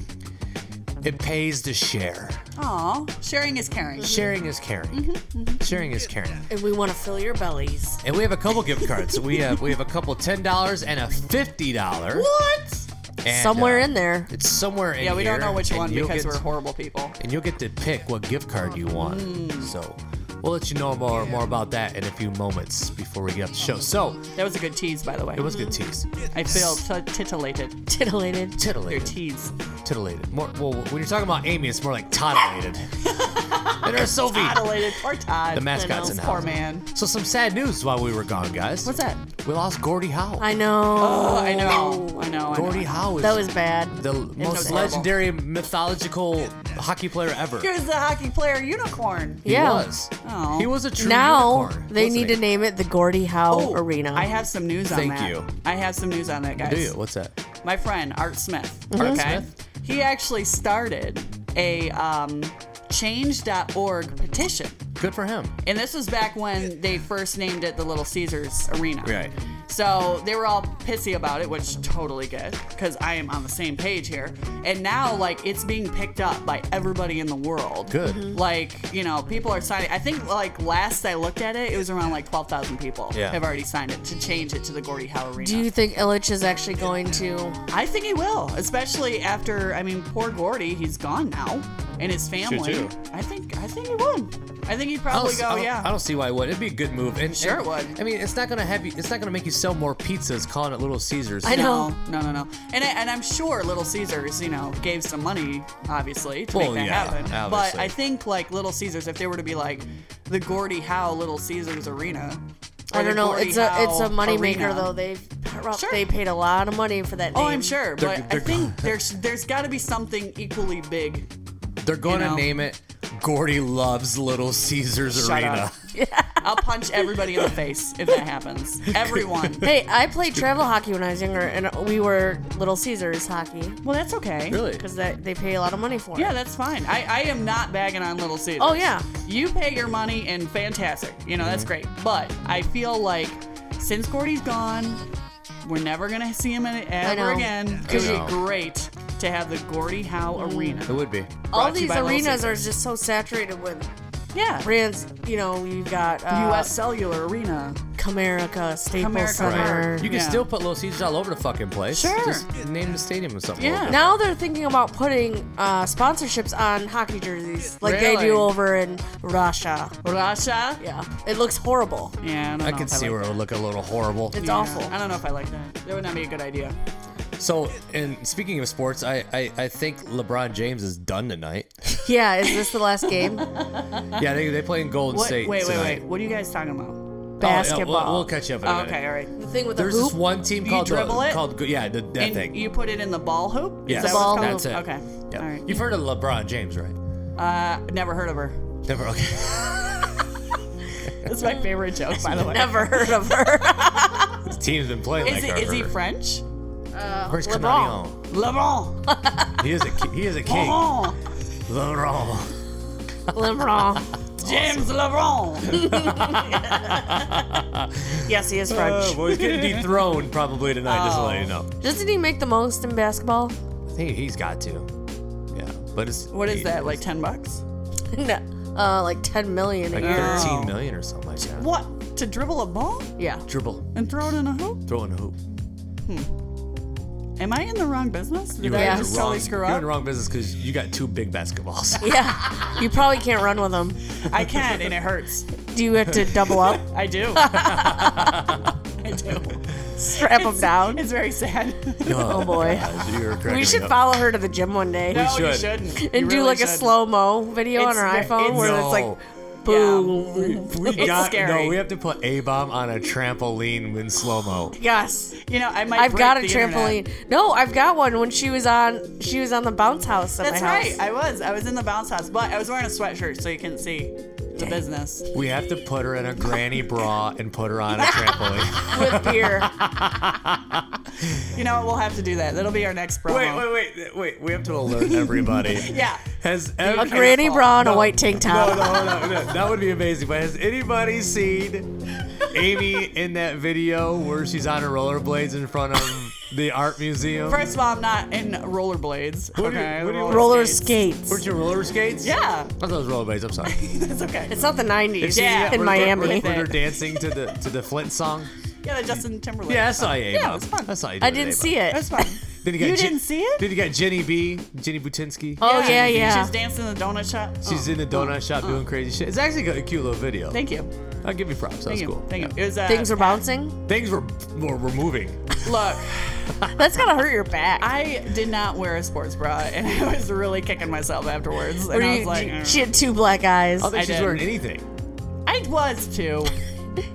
A: it pays to share.
B: Aw, sharing is caring.
A: Sharing is caring.
B: Mm-hmm,
A: Sharing is caring.
C: And we want to fill your bellies.
A: And we have a couple gift cards. We have we have a couple ten dollars and a fifty dollar.
C: What?
A: uh,
C: Somewhere in there.
A: It's somewhere in
B: Yeah, we don't
A: here,
B: know which
A: and
B: one
A: you'll
B: because
A: get-
B: we're horrible people.
A: and you'll get to pick what gift card you want.
C: Hmm.
A: So we'll let you know more more about that in a few moments before we get off the show. So
B: That was a good tease, by the way.
A: it was a good tease.
B: I feel t- titillated.
C: Titillated.
B: Your
A: Titillated.
B: tease.
A: Titillated. More, well, when you're talking about Amy, it's more like titillated. and our Sophie,
B: Titillated. Poor Todd.
A: the mascot's in the
B: Poor
A: house.
B: man.
A: So some sad news while we were gone, guys.
B: What's that?
A: We lost Gordy Howe.
C: I know.
B: Oh, I know. I know. I
A: Gordy
B: know.
A: Howe is
C: That was bad.
A: the most
B: horrible.
A: legendary mythological hockey player ever.
B: Here's the hockey player unicorn.
A: He
C: yeah.
A: was.
B: Oh.
A: He was a true
C: Now
A: unicorn,
C: they
A: wasn't
C: need
A: he?
C: to name it the Gordie Howe
B: Oh,
C: Arena.
B: I have some news on
A: Thank
B: that.
A: you.
B: I have some news on that, guys.
A: Do you? What's that?
B: My friend Art Smith.
A: Art
B: okay.
A: Smith?
B: He actually started a um, change.org petition.
A: Good for him.
B: And this was back when they first named it the Little Caesars Arena.
A: Right.
B: So they were all pissy about it, which totally good because I am on the same page here. And now, like, it's being picked up by everybody in the world.
A: Good.
B: Like, you know, people are signing. I think, like, last I looked at it, it was around like 12,000 people
A: Yeah.
B: have already signed it to change it to the Gordie Howe Arena.
C: Do you think Illich is actually going to?
B: I think he will, especially after. I mean, poor Gordy, he's gone now, and his family.
A: too.
B: I think. I think he would. I think he'd probably
A: I
B: go.
A: don't,
B: yeah.
A: I don't see why it would. It'd be a good move. And,
B: Sure it
A: and-
B: would.
A: I mean, it's not gonna have you. It's not gonna make you sell more pizzas calling it Little Caesars.
C: I know.
B: No, no, no, no. And, I, and I'm sure Little Caesars, you know, gave some money, obviously, to
A: Well,
B: make that
A: yeah,
B: happen.
A: obviously.
B: But I think, like, Little Caesars, if they were to be like the Gordy Howe Little Caesars Arena. or
C: I
B: the
C: don't know.
B: Gordie
C: It's a it's
B: Howe
C: a moneymaker
B: Arena-
C: though. They've
B: Sure.
C: they paid a lot of money for that.
B: Oh,
C: name.
B: I'm sure,
A: They're-
B: but
A: they're-
B: I think there's there's got to be something equally big.
A: They're gonna
B: You know.
A: name it Gordy Loves Little Caesars
B: Shut
A: Arena.
B: up. I'll punch everybody in the face if that happens. Everyone.
C: Hey, I played travel hockey when I was younger, and we were Little Caesars hockey
B: Well, that's okay.
A: Really?
C: because that they pay a lot of money for. it.
B: Yeah, that's fine. I, I am not bagging on Little Caesars.
C: Oh, yeah.
B: You pay your money and fantastic. You know, that's
A: Mm-hmm.
B: great. But I feel like since Gordy's gone, we're never going to see him in-
C: know.
B: ever again. It would
A: know.
B: be great to have the Gordy Howe
A: It
B: Arena.
A: would be.
C: all
B: brought to you
C: these
B: by Little
C: arenas are
B: Caesars.
C: just so saturated with
B: Yeah.
C: brands. You know, you've got uh,
B: U.S. Cellular Arena.
C: Comerica, Staples
B: Comerica.
C: Center.
B: Right.
A: You can
B: Yeah.
A: still put Little Caesars all over the fucking place.
B: Sure.
A: Just name the stadium or something. a
B: Yeah.
A: little
C: Now they're thinking about putting uh, sponsorships on hockey jerseys, like they
B: Really?
C: do over in Russia.
B: Russia.
C: Yeah, it looks horrible.
B: Yeah, I, don't
A: I
B: know
A: could
B: if I
A: see
B: like
A: where it
B: that.
A: would look a little horrible.
C: It's
B: Yeah,
C: awful.
B: I don't know if I like that. That would not be a good idea.
A: So, and speaking of sports, I, I, I think LeBron James is done tonight.
C: Yeah, is this the last game?
A: yeah, they, they play in Golden
B: What,
A: State
B: wait, wait,
A: tonight.
B: wait. What are you guys talking about?
A: Oh, yeah, we'll-
C: Basketball.
A: we'll, catch you up in a
B: Oh,
A: minute.
B: okay, all right.
C: The thing with the
A: There's
C: hoop.
A: this one team
B: You
A: called
B: dribble it?
A: called yeah the, that
B: and
A: thing.
B: you put it in the ball hoop?
A: Yes,
B: Is that what
C: Ball
B: it's
A: that's
B: called?
A: it.
B: Okay.
A: Yeah.
B: All right.
A: You've heard of LeBron James, right?
B: Uh, never heard of her.
A: Never. Okay.
B: It's my favorite joke, by the way.
C: Never heard of her.
A: His team's been playing
B: Is,
A: like
B: he,
A: our
B: is he
A: bird.
B: French?
A: Where's
C: LeBron?
A: Canadian?
B: Laurent.
A: He is a ki- he is a king.
B: Laurent.
A: Laurent.
C: Limron.
B: James Laurent.
C: Yes, he is
A: Uh,
C: French.
A: well, he's getting dethroned probably tonight. Just to let
B: Oh.
A: you know.
C: Doesn't he make the most in basketball?
A: I think he's got to. Yeah, but it's
B: What
A: he-
B: is that? Like 10 bucks?
C: no, uh, like 10 million a
A: Like
C: year.
B: No.
A: thirteen million or something like that.
B: Oh. What? To dribble a ball
C: Yeah.
A: Dribble,
B: and throw it in a hoop?
A: throw in a hoop.
B: Am I in the wrong business? Did
A: are
B: I
A: in
C: Yeah.
A: the
B: just
A: wrong,
B: totally screw
A: you're in the
B: up?
A: wrong business because you got two big basketballs.
C: Yeah. You probably can't run with him.
B: I can, and it hurts.
C: Do you have to double up,
B: I do. I do.
C: strap him down?
B: It's very sad.
A: oh
C: boy.
A: gosh, you're cracking
C: We
A: me
C: should
A: up.
C: follow her to the gym one day.
B: no, you
A: should.
B: shouldn't. You
C: and do
B: really
C: like a
B: shouldn't.
C: slow mo video on
B: It's
C: her
B: ve-
C: iPhone
B: it's-
C: where
A: no.
C: it's like
B: Yeah.
C: boom.
A: We
B: It's
A: got
B: scary.
A: no. We have to put a bomb on a trampoline in slow mo.
C: Yes.
B: You know, I might.
C: I've
B: break
C: got a
B: the internet.
C: trampoline. No, I've got one when she was on she was on the bounce house at
B: That's
C: my house.
B: right. I was. I was in the bounce house, but I was wearing a sweatshirt, so you couldn't see the business.
A: We have to put her in a granny bra and put her on a trampoline.
C: with beer.
B: You know, we'll have to do that. That'll be our next promo.
A: wait, wait, wait. We have to alert everybody.
B: Yeah.
A: Has
C: A
A: ever,
C: granny bra and a white tank
A: No,
C: top.
A: no, no, no. That would be amazing. But has anybody seen Amy in that video where she's on her rollerblades in front of the art museum?
B: First of all, I'm not in rollerblades.
A: What do you-
B: okay.
A: what do you-
C: Roller skates.
A: Weren't you roller skates?
B: Yeah,
A: I thought it was rollerblades. I'm sorry.
B: that's okay.
C: It's not the 90s
B: Yeah.
C: in
A: where they- Where,
C: Miami.
A: they- where they're dancing to the to the Flint song.
B: Yeah, the Justin Timberlake.
A: Yeah, I saw you.
B: Yeah,
A: Ava.
B: it's fun.
A: I saw you.
C: I didn't see it.
B: That's fine.
A: Then you got
B: You
A: Jen-
B: didn't see it?
A: Then you got Jenny B, Jenny Butinsky.
C: Oh yeah,
B: She's
C: yeah.
B: dancing in the donut shop.
A: She's in the donut shop doing crazy shit. It's actually a cute little video.
B: Oh, Thank you.
A: I'll give you props. That
B: Thank
A: was
B: you.
A: cool.
B: Thank
A: Yeah.
B: you. It was uh,
C: Things are bouncing.
A: Things were, were were moving.
B: Look,
C: That's gotta hurt your back.
B: I did not wear a sports bra, and I was really kicking myself afterwards. And
C: Were
B: I
C: you-
B: was like, Oh, "Eh."
C: she had two black eyes.
A: I don't think
B: I
A: she's
B: did.
A: wearing anything.
B: I was too.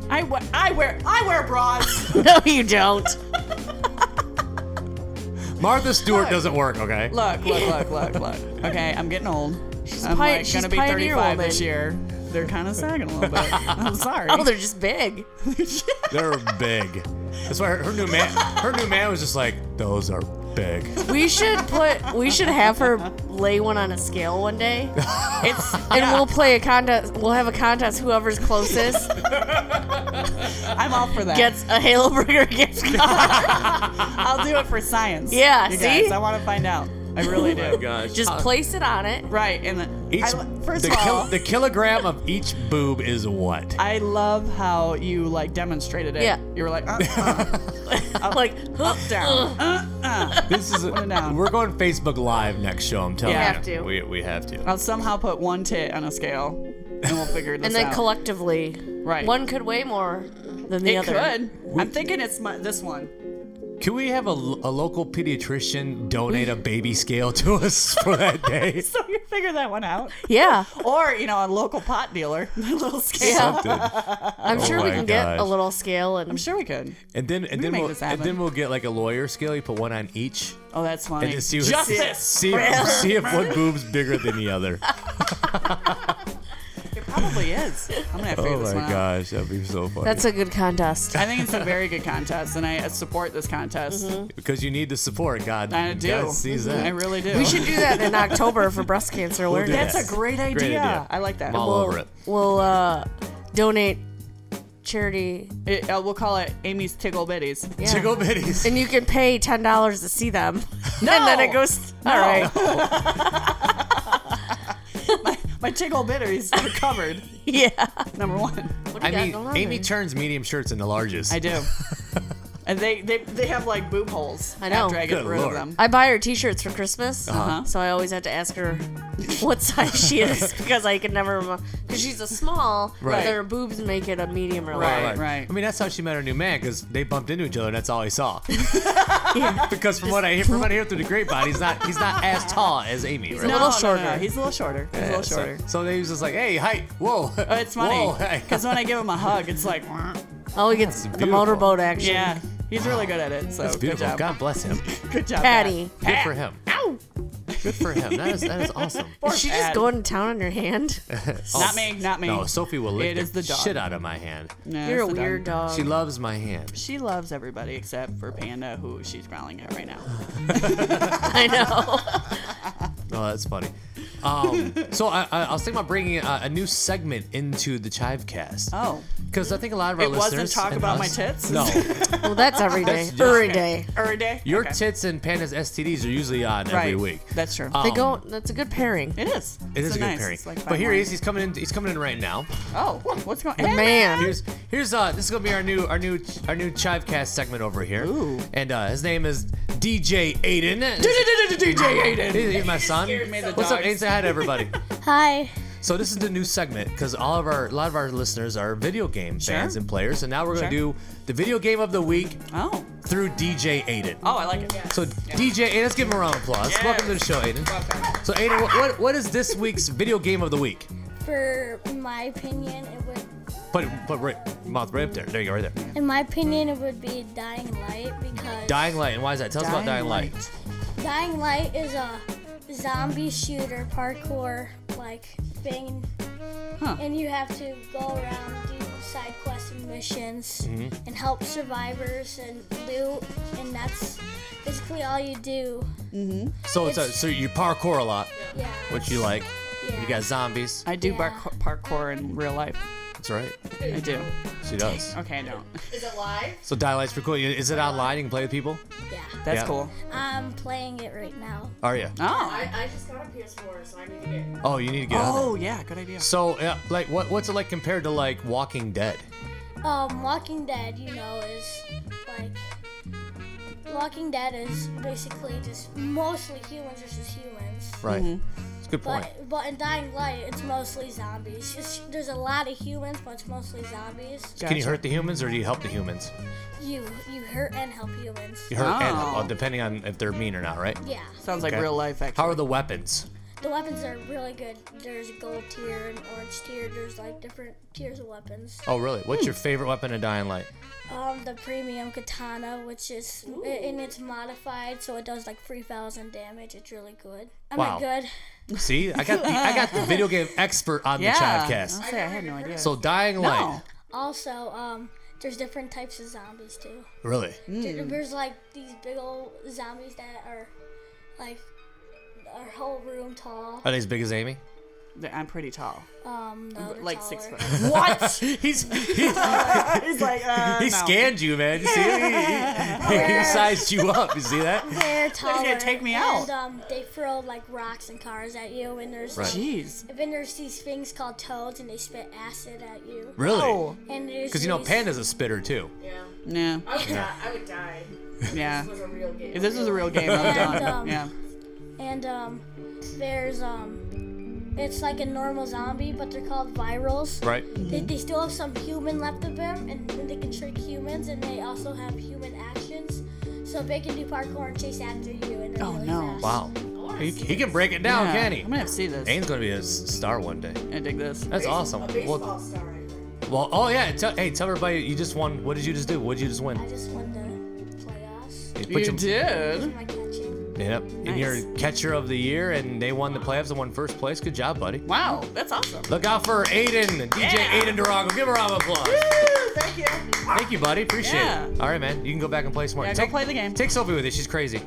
B: I, wa- I wear I wear bras.
C: No, you don't.
A: Martha Stewart doesn't work. Okay.
B: look, look, look, look, look. Okay, I'm getting old. She's I'm
C: pi-
B: like
C: she's
B: gonna be
C: pioneer
B: 35 this
C: woman.
B: year. They're kind of sagging a little bit. I'm sorry.
C: Oh, they're just big.
A: They're big. That's why her, her new man her new man was just like those are big.
C: We should put. We should have her lay one on a scale one day,
B: it's
C: and we'll play a contest. We'll have a contest. Whoever's closest
B: I'm all for that.
C: gets a Halo Burger gift card.
B: I'll do it for science.
C: Yeah,
B: you
C: see?
B: guys, I want to find out. I really do.
A: Gosh.
C: Just place it on it.
B: Right, and the,
A: Each,
B: I lo- first
A: the,
B: of
A: kil-
B: all,
A: the kilogram of each boob is what?
B: I love how you like demonstrated it.
C: Yeah.
B: you were like uh, uh,
C: Like, huh,
B: down. Uh, uh.
A: This is
B: it down.
A: we're going Facebook Live next show. I'm telling
B: Yeah.
A: you,
B: Have
C: to.
A: We, we have to.
B: I'll somehow put one tit on a scale, and we'll figure this
C: and then
B: out.
C: collectively,
B: Right.
C: One could weigh more than the
B: it
C: other.
B: could. I'm thinking it's my, this one.
A: Can we have a, lo- a local pediatrician donate a baby scale to us for that day?
B: So you figure that one out,
C: Yeah,
B: or you know, a local pot dealer, a little scale.
C: yeah.
A: Something.
C: I'm sure we
A: Oh my
C: can
A: gosh.
C: get a little scale, and
B: I'm sure we could.
A: And then and
B: We
A: then
B: make
A: we'll
B: this
A: and
B: happen.
A: then we'll get like a lawyer scale. You put one on each,
B: Oh, that's
A: and
B: funny.
A: just see what-
B: Justice.
A: See, if- see if one boob's bigger than the other.
B: It probably is. I'm gonna have to figure
A: Oh
B: this
A: my
B: one out.
A: gosh, that'd be so funny.
C: that's a good contest.
B: I think it's a very good contest, and I uh, support this contest.
A: because you need the support. God,
B: I do. Mm-hmm.
A: God sees that.
B: I really do.
C: We should do that in October for breast cancer
A: We'll do
C: awareness.
B: That's a great idea.
A: idea.
B: I like that.
A: I'm all
C: We'll,
A: over it.
C: we'll uh, donate charity,
B: It- uh, we'll call it Amy's Tickle Bitties.
C: yeah.
A: Tickle bitties.
C: and you can pay ten dollars to see them.
B: No!
C: and then it goes. All right.
B: My Tickle Bitties are covered.
C: Yeah.
B: Number one.
C: What do
A: I
C: you got
A: mean,
C: going on
A: Amy
C: there?
A: turns medium shirts into larges.
B: I do. and they, they they have like boob holes.
C: I know.
B: After I get
A: Good
B: rid
A: lord.
B: of them.
C: I buy her T-shirts for Christmas,
A: Uh-huh.
C: so I always have to ask her what size she is because I can never remember because she's a small,
A: Right.
C: but her boobs make it a medium or
B: Right.
A: Right.
C: large.
B: right.
A: I mean, that's how she met her new man because they bumped into each other. and That's all he saw. Because from what I hear, from what I hear through the grapevine, he's not he's not as tall as Amy. Right?
B: No,
C: little
B: no, no,
C: shorter.
B: no, He's a little shorter. He's a little shorter.
A: So, so they was just like, hey, height, whoa.
B: But it's funny
A: Whoa, hey.
B: because when I give him a hug, it's like,
C: Oh, he gets the
A: beautiful.
C: motorboat action.
B: yeah, he's really good at it. So
A: That's
B: good
A: beautiful.
B: job, Ah,
A: God bless him.
B: good job, Pat.
C: Patty.
A: Good for him. Good for him. That is that is awesome.
C: Is she just
B: Ed.
C: going to town on your hand?
B: Not me, not me.
A: No, Sophie will lick
B: It
A: the
B: is the dog. Um,
A: shit out of my hand.
B: No,
C: You're a
B: it's the
C: weird
B: dog.
C: dog.
A: She loves my hand.
B: She loves everybody except for Panda, who she's growling at right now.
C: I know.
A: Oh, that's funny. Um, so I, I, I was thinking about bringing a, a new segment into the Chivecast.
B: Oh,
A: Because I think a lot of our
B: It wasn't
A: listeners
B: talk
A: and
B: about my
A: us-
B: tits?
A: No,
C: Well, that's every day.
A: just-
C: Every day.
B: every day.
A: your
B: Okay.
A: tits and Panda's STDs are usually on every
B: Right.
A: week.
B: That's true.
A: Um,
C: They go. That's a good pairing.
B: it is.
A: It
B: It's
A: is
B: so
A: a good
B: nice.
A: pairing.
B: It's like
A: but
B: fine
A: here he
B: wine.
A: is. He's coming in. He's coming in right now.
B: Oh, what's going? on?
C: Man,
A: Here's here's uh. This is gonna be our new our new our new Chivecast segment over here.
B: Ooh.
A: And uh, his name is DJ Aiden.
B: DJ Aiden.
A: He's, he's my son.
B: scared me, the
A: What's up,
B: dogs.
A: Aiden? Say hi to everybody.
H: Hi.
A: So this is the new segment because all of our a lot of our listeners are video game
B: Sure.
A: fans and players, and now we're gonna
B: Sure.
A: do the video game of the week
B: Oh,
A: through DJ Aiden.
B: oh, I like it.
A: So DJ, Aiden, let's give him a round of applause.
B: Yes.
A: Welcome to the show, Aiden. So Aiden, what, what what is this week's video game of the week?
H: For my opinion, it would.
A: Put put right, mouth right up there. There you go, right there.
H: In my opinion, it would be Dying Light because
A: Dying Light, and why is that? Tell us about Dying
B: Dying
A: Light.
H: Dying Light is a zombie shooter parkour like thing,
B: Huh.
H: and you have to go around do side quests and missions
A: Mm-hmm.
H: and help survivors and loot, and that's basically all you do.
A: So it's a, so you parkour a lot,
H: Yeah.
A: which you like.
H: Yeah.
A: You got zombies.
B: I do
H: Yeah.
B: parkour, parkour in real life.
A: That's right.
B: I do.
A: She does.
B: Okay, I don't.
C: is it live?
A: So Dying Light's pretty cool. Is it online? You can play with people.
H: Yeah.
B: That's
A: Yeah.
B: cool.
H: I'm playing it right now.
A: Are you?
B: Oh.
C: I just got a PS4, so I need to get.
A: Oh, you need to get on it.
B: Oh yeah, good idea.
A: So, uh, like, what what's it like compared to like Walking Dead?
H: Um, Walking Dead, you know, is like Walking Dead is basically just mostly humans versus humans.
A: Right.
B: Mm-hmm.
A: It's a good point.
H: But but in Dying Light, it's mostly zombies. Just there's a lot of humans, but it's mostly zombies.
A: Can you
B: Gotcha.
A: hurt the humans or do you help the humans?
H: You you hurt and help humans.
A: You hurt and
B: Oh.
A: help, depending on if they're mean or not, right?
H: Yeah,
B: Sounds like
A: Okay.
B: real life
A: How
B: actually.
A: are the weapons?
H: the weapons are really good. There's gold tier and orange tier. There's like different tiers of weapons.
A: Oh, really? What's your favorite weapon in Dying Light?
H: Um, the premium katana, which is and it's modified, so it does like three thousand damage. It's really good. I
A: Wow.
H: mean, good.
A: See, I got the, I got the video game expert on
B: yeah.
A: the Chivecast.
B: I'll say I had no idea.
A: So Dying Light,
B: no.
H: Also, um, there's different types of zombies too.
A: really?
H: There- There's like these big old zombies that are like a whole room tall.
A: Are they as big as Amy?
B: I'm pretty tall.
H: Um, no, they're
B: Like
H: taller.
B: six foot.
A: What? he's he,
B: He's like, uh,
A: he
B: no.
A: scanned you, man. You see, he, he, he sized you up. You see that?
H: They're taller.
B: take me out.
H: and, Um, they throw like rocks and cars at you, and there's
A: Right.
B: Jeez.
H: then there's these things called toads, and they spit acid at you.
B: Oh.
A: Really?
H: And there's
A: Because you know,
H: these-
A: Panda's a spitter too.
B: Yeah.
C: I would die. I would die.
B: Yeah.
C: a real game.
B: If this was a real game, I'm
H: And,
B: done.
H: um,
B: Yeah.
H: And um, there's um, it's like a normal zombie, but they're called virals.
A: Right.
H: They, they still have some human left of them, and then they can trick humans, and they also have human actions. So they can do parkour and chase after you. And they're
B: Oh,
H: really
B: no.
H: Fast.
A: Wow. He, he can break it down,
B: yeah.
A: can he?
B: I'm gonna have to see this.
A: Ains gonna be a s- star one day.
B: I dig this.
A: That's awesome. Well,
C: star.
A: well, oh yeah. Tell, hey, tell everybody you just won. What did you just do? What did you just win?
H: I just won the playoffs.
A: You put
B: You
A: your-
B: did.
H: Am I catching?
A: Yep. And
B: Nice.
A: you're catcher of the year, and they won the playoffs and won first place. Good job, buddy.
B: Wow, that's awesome.
A: Look out for Aiden, DJ Aiden Durago. Give her a round of applause.
B: Thank you.
A: Thank you, buddy. Appreciate it.
B: Yeah.
A: All right, man. You can go back and play some more.
B: Yeah, go
A: take,
B: play the game.
A: Take Sophie with you. She's crazy.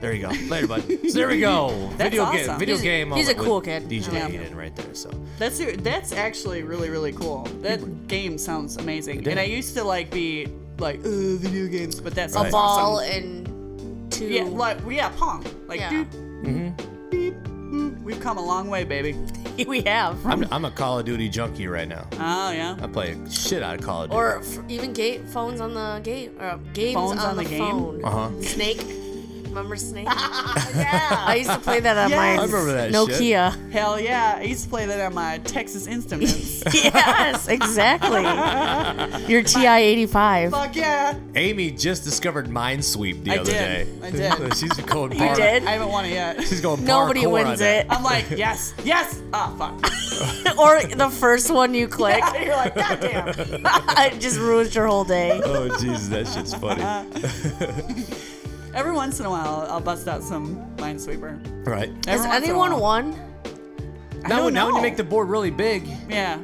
A: There you go. Later, bud. So there we go. video game.
B: awesome.
A: Video
C: He's a-
A: game.
C: he's a
A: moment
C: cool
A: with
C: kid.
A: DJ
B: Yeah.
A: Aiden right there. So.
B: That's ser- that's actually really really cool. That game sounds amazing. And I used to like be like Ugh, video games, but that's
A: Right.
C: A ball
B: Awesome.
C: and two.
B: Yeah, like yeah, Pong. Like
C: Yeah.
B: doop, beep, boop. We've come a long way, baby.
C: we have.
A: I'm, I'm a Call of Duty junkie right now.
B: Oh yeah.
A: I play shit out of Call of Duty.
C: Or f- even gate phones on the game. Or games
B: Phones
C: on,
B: on
C: the,
B: the game?
C: phone.
A: Uh-huh.
C: Snake. Remember Snake? I used to play that on
B: Yes.
A: I
C: my
A: remember that shit.
C: Nokia.
B: Hell yeah. I used to play that on my Texas Instruments.
C: yes, exactly. Your TI 85.
B: Fuck yeah.
A: Amy just discovered Minesweep the
B: I
A: other
B: did.
A: day.
B: I did.
A: She's going
C: You
A: par-
C: did?
B: I haven't won it yet.
A: She's going
C: Nobody
A: parkour on
C: wins
A: that.
C: it.
B: I'm like, yes, yes. Ah, fuck.
C: or the first one you click.
B: You're like, goddamn.
C: it just ruins your whole day. Uh,
A: Oh Jesus, that shit's funny.
B: Every once in a while, I'll bust out some Minesweeper.
A: Right.
C: Has
B: Every once in a
C: anyone
B: while.
C: won?
B: I
A: Now,
B: don't
A: now when you
B: know.
A: make the board really big,
B: Yeah.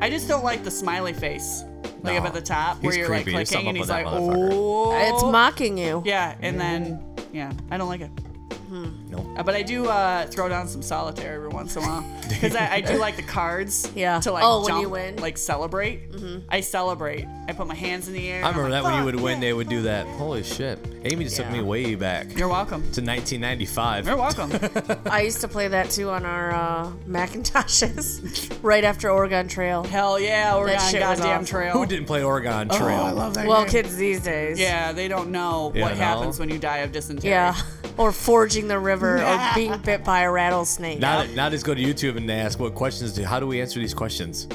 B: I just don't like the smiley face. Like
A: No.
B: up at the top where
A: He's
B: you're
A: creepy. There's
B: like clicking
A: something
B: and
A: up
B: he's
A: with that motherfucker.
B: like, oh.
C: It's mocking you.
B: Yeah, and then, yeah, I don't like it.
A: Nope.
B: Uh, But I do uh, throw down some solitaire every once in a while because I, I do like the cards.
C: Yeah.
B: To like
C: Oh, when
B: jump,
C: you win. Mm-hmm.
B: like celebrate. I celebrate. I put my hands in the air.
A: I remember
B: am
A: that when you would win, they would do that. Holy shit. Amy just took
B: Yeah.
A: me way back to
B: You're welcome.
A: 1995.
B: You're welcome.
C: I used to play that too on our uh, Macintoshes right after Oregon Trail.
B: Hell yeah, we're
C: That
B: on
C: shit was
B: goddamn
C: awful.
B: trail.
A: Who didn't play Oregon
B: Oh,
A: Trail?
B: I love that.
C: Well,
B: game.
C: kids these days.
B: Yeah, they don't know
A: Yeah,
B: what
A: no.
B: happens when you die of dysentery.
C: Yeah. Or forging the river or being bit by a rattlesnake.
A: Now, that- now just go to YouTube and ask what questions do. How do we answer these questions?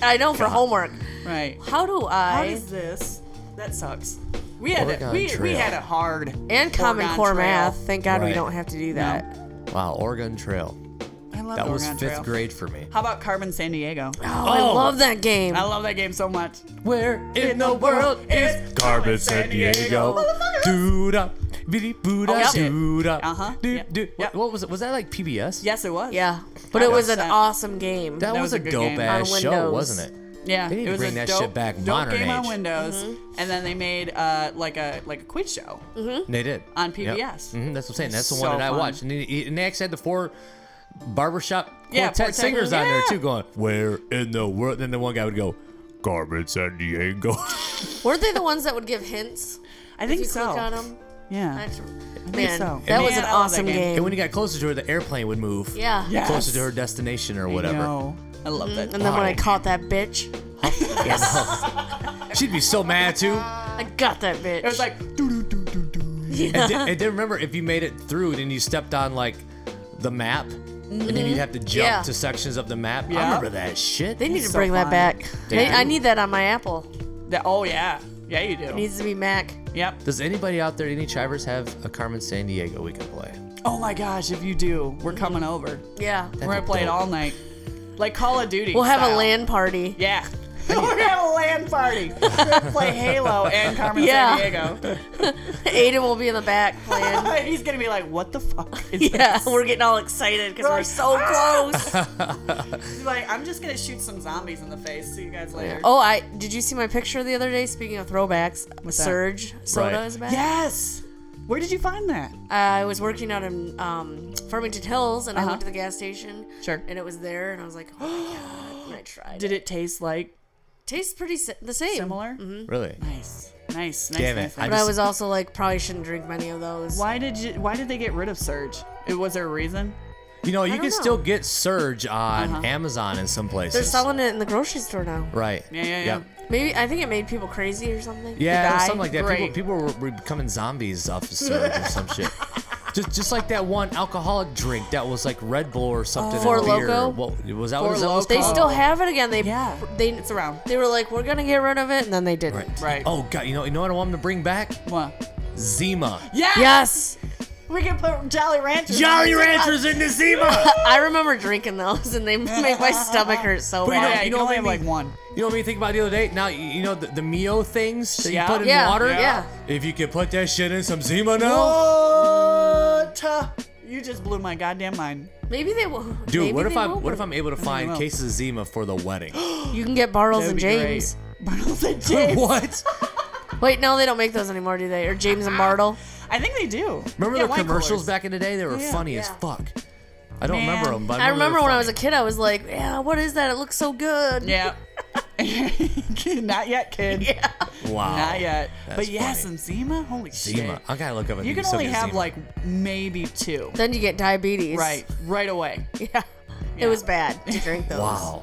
C: I know for homework.
B: Right.
C: How do I
B: How does this? That sucks. We had it.
A: Oregon
B: We, we
A: Trail.
B: had it hard.
C: and Common
B: Oregon
C: Core
B: Trail.
C: math? Thank God we
A: Right.
C: don't have to do that.
A: Wow, Oregon Trail.
B: I love
A: That was
B: Oregon
A: fifth
B: Trail.
A: grade for me.
B: How about Carbon San Diego?
C: Oh, I love that game.
B: I love that game so much.
A: Where in
B: the
A: the
B: world
A: world
B: is
A: is
B: Carmen
A: Carmen
B: San
A: San
B: Diego?
A: Diego? Doo-da, biddy boo-da,
C: Oh, shit.
A: doo-da,
B: Uh-huh.
A: doo-
B: Yep.
A: doo- What
B: Yep.
A: what was it? Was that like PBS?
B: Yes, it was.
C: yeah. But it was an
B: 100%.
C: awesome game.
A: That,
B: That
A: was,
B: was a
A: a
B: good
A: dope
B: game.
A: ass
C: On
A: show,
C: Windows.
A: wasn't it?
B: Yeah,
A: They need
B: it
A: to
B: was
A: bring
B: a
A: that
B: dope,
A: shit back
B: dope
A: modern
B: game on
A: age.
B: Windows,
C: Mm-hmm.
B: and then they made uh, like a like a quiz show.
A: They did
B: On
A: Yep.
B: PBS.
A: Mhm, that's what I'm saying. That's the
B: So
A: one that I
B: fun.
A: watched. And, he- and they actually had the four barbershop quartet,
B: Yeah, quartet.
A: singers on there
B: Yeah.
A: too, going "Where in the world?" Then the one guy would go, "Carmen San Diego."
C: Weren't they the ones that would give hints?
B: I think
C: if you
B: so.
C: clicked on them?
B: Yeah,
C: Man,
B: so.
C: that was
B: Man,
C: an
B: I love that
C: awesome
B: game.
C: game.
A: and when he got closer to her, the airplane would move.
C: yeah.
B: Yeah.
A: Closer to
B: Yes.
A: her destination or
B: I
A: whatever.
B: know. I love that.
C: Mm-hmm. And then when I caught that bitch,
A: She'd be so mad too.
C: I got that bitch.
B: it was like doo doo doo doo doo.
A: And, then, and then remember, if you made it through, then you stepped on like the map, and then you'd have to jump
C: Yeah.
A: to sections of the map.
B: Yeah.
A: I remember that shit.
C: they need to
B: so
C: bring
B: fun.
C: that back. They-
A: do.
C: I need that on my Apple.
B: That, oh yeah, yeah you
C: It
B: do.
C: needs to be Mac.
B: Yep.
A: Does anybody out there, any chivers, have a Carmen San Diego we can play?
B: Oh my gosh, if you do, we're coming
C: Mm-hmm.
B: over.
C: Yeah.
B: We're gonna play it all night, like Call of Duty.
C: We'll have a
B: style.
C: LAN party.
B: Yeah. We're gonna have a land party. We're gonna play Halo and Carmen
C: Yeah.
B: San Diego.
C: Aiden will be in the back playing.
B: He's gonna be like, "What the fuck?" Is
C: yeah,
B: this?"
C: we're getting all excited because we're
B: Right.
C: so close.
B: He's like, "I'm just gonna shoot some zombies in the face." See you guys later.
C: Oh, I did you see my picture the other day? Speaking of throwbacks,
B: that?
C: Surge soda
A: Right.
C: is back. Uh,
B: Yes. Where did you find that?
C: I was working out in um, Farmington Hills, and I
B: Uh-huh.
C: went to the gas station.
B: Sure.
C: And it was there, and I was like, oh my god. And I tried.
B: Did it taste like
C: tastes pretty si- the same?
B: similar?
A: Really?
B: Nice. Nice. Nice.
A: Damn it.
B: nice,
A: I
C: But
B: nice.
A: just-
C: I was also like, probably shouldn't drink many of those.
B: Why did you? Why did they get rid of Surge? It was there a reason?
A: You know, you can
C: don't know.
A: still get Surge on
B: Uh-huh.
A: Amazon in some places.
C: They're selling it in the grocery store now.
A: Right.
B: Yeah, yeah, yeah.
A: Yep.
C: Maybe I think it made people crazy or something.
A: Yeah, it was
B: Die.
A: something like that.
B: Great.
A: People, people were, were becoming zombies off of Surge or some shit. Just, just like that one alcoholic drink that was like Red Bull or something.
C: Four
A: and beer.
C: Loko?
A: What, was that
B: Four
A: what it was
B: Loko.
C: They
A: called?
C: still have it again. They
B: Yeah.
C: They
B: It's around.
C: They were like, we're gonna get rid of it, and then they didn't.
A: Right.
B: Right.
A: Oh god, you know, you know what I want them to bring back?
B: What?
A: Zima.
B: Yeah.
C: Yes,
B: We can put Jolly Ranchers.
A: Jolly Ranchers into Zima.
C: I remember drinking those, and they make my stomach hurt so
A: But you
B: Yeah,
A: know-
C: bad.
B: you,
A: you
B: can only
A: what I
B: have like
A: mean?
B: one.
A: you know what I mean? Think about the other day. Now you, you know the, the Mio things that
B: Yeah.
A: you put in
C: Yeah,
A: water.
C: yeah.
A: If you could put that shit in some Zima now.
B: What? You just blew my goddamn mind.
C: Maybe they will.
A: Dude,
C: maybe
A: what if
C: they
A: I
C: will
A: what if I'm able to find
B: know.
A: cases of Zima for the wedding?
C: You can get Bartles
B: That'd
C: and
B: be
C: James.
B: great. Bartles and James.
A: what?
C: Wait, no, they don't make those anymore, do they? Or James and Bartle?
B: I think they do.
A: Remember
B: Yeah,
A: the
B: wine
A: commercials
B: coolers.
A: back in the day? They were
B: Yeah,
A: funny as
C: yeah.
A: fuck. I don't
B: Man.
A: remember them, but
C: I
A: I remember,
C: remember when I was a kid, I was like, yeah, what is that? It looks so good.
B: Yeah. Not yet, kid. Yeah.
A: a kid. Wow.
B: Not yet.
A: Oh, That's
B: but yeah,
A: funny.
B: some Zima. Holy
A: Zima.
B: shit.
A: I gotta look up. if
B: You can
A: still
B: only
A: get
B: have
A: Zima.
B: like maybe two.
C: Then you get diabetes.
B: Right. Right away.
C: Yeah. It was bad to drink those.
A: Wow.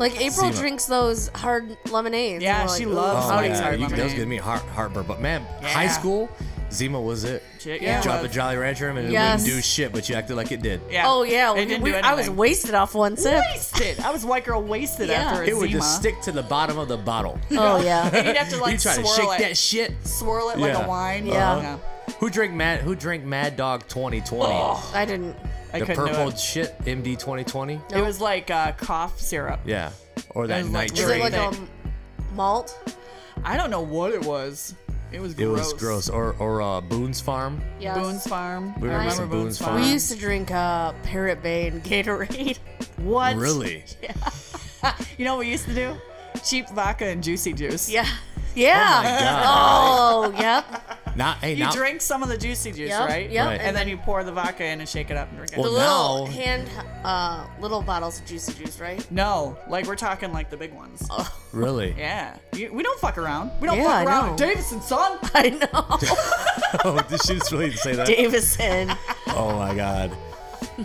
C: Like April
A: Zima.
C: drinks those hard lemonades.
B: Yeah,
C: and we're
B: she
C: like,
B: loves
C: "Ooh,
A: Oh
B: hard
C: sorry."
B: lemonade.
A: yeah, you, that was
B: lemonade.
A: giving me heart heartburn. But man, high
B: Yeah.
A: school, Zima was it.
B: Shit,
A: You
B: yeah.
A: drop
B: It
A: a
B: was.
A: Jolly Rancher and it
C: Yes.
A: wouldn't do shit, but you acted like it did.
B: Yeah.
C: Oh yeah,
B: It
C: we,
B: didn't
C: we-
B: do anything.
C: I was wasted off one sip.
B: wasted. I was white girl wasted
C: Yeah.
B: after a
A: It would
B: Zima.
A: just stick to the bottom of the bottle.
C: Oh yeah.
B: And you'd have to like
A: you try to
B: swirl
A: shake
B: it.
A: that shit.
B: swirl it like
A: Yeah. Uh-huh.
B: a wine.
C: Yeah.
B: Yeah.
A: Who drank Mad? Who drank Mad Dog 2020?
C: I didn't.
B: I
A: the
B: couldn't
A: purple
B: do it.
A: shit MD 2020.
B: It was like uh, cough syrup.
A: Yeah, or that
B: was like-
C: Is
A: nitrate.
C: it like a
B: Drink.
C: malt?
B: I don't know what it was. It was
A: It
B: gross.
A: was gross. Or or uh, Boone's Farm.
C: Yes.
B: Boone's Farm.
A: We
B: I
A: were
B: remember
A: some
B: Boone's
A: Boone's
B: Farm.
A: Farm.
C: We used to drink uh, Parrot Bay and Gatorade.
B: what?
A: Really?
B: You know what we used to do? Cheap vodka and juicy juice.
C: Yeah. Yeah. Oh, yep.
A: Not hey
B: You
A: not
B: drink some of the juicy juice,
C: Yep,
B: right?
C: yep,
A: Right.
B: And, then you pour the vodka in and shake it up and drink it.
A: Well,
C: The little
A: now-
C: hand, uh, little bottles of Juicy Juice, right?
B: no, like we're talking like the big ones.
A: really.
B: Yeah. You, we don't fuck around. We don't
C: Yeah, I
B: fuck
C: know.
B: around. Davidson, son.
C: I know.
A: Oh, did she just really say that?
C: Davison.
A: Oh my god.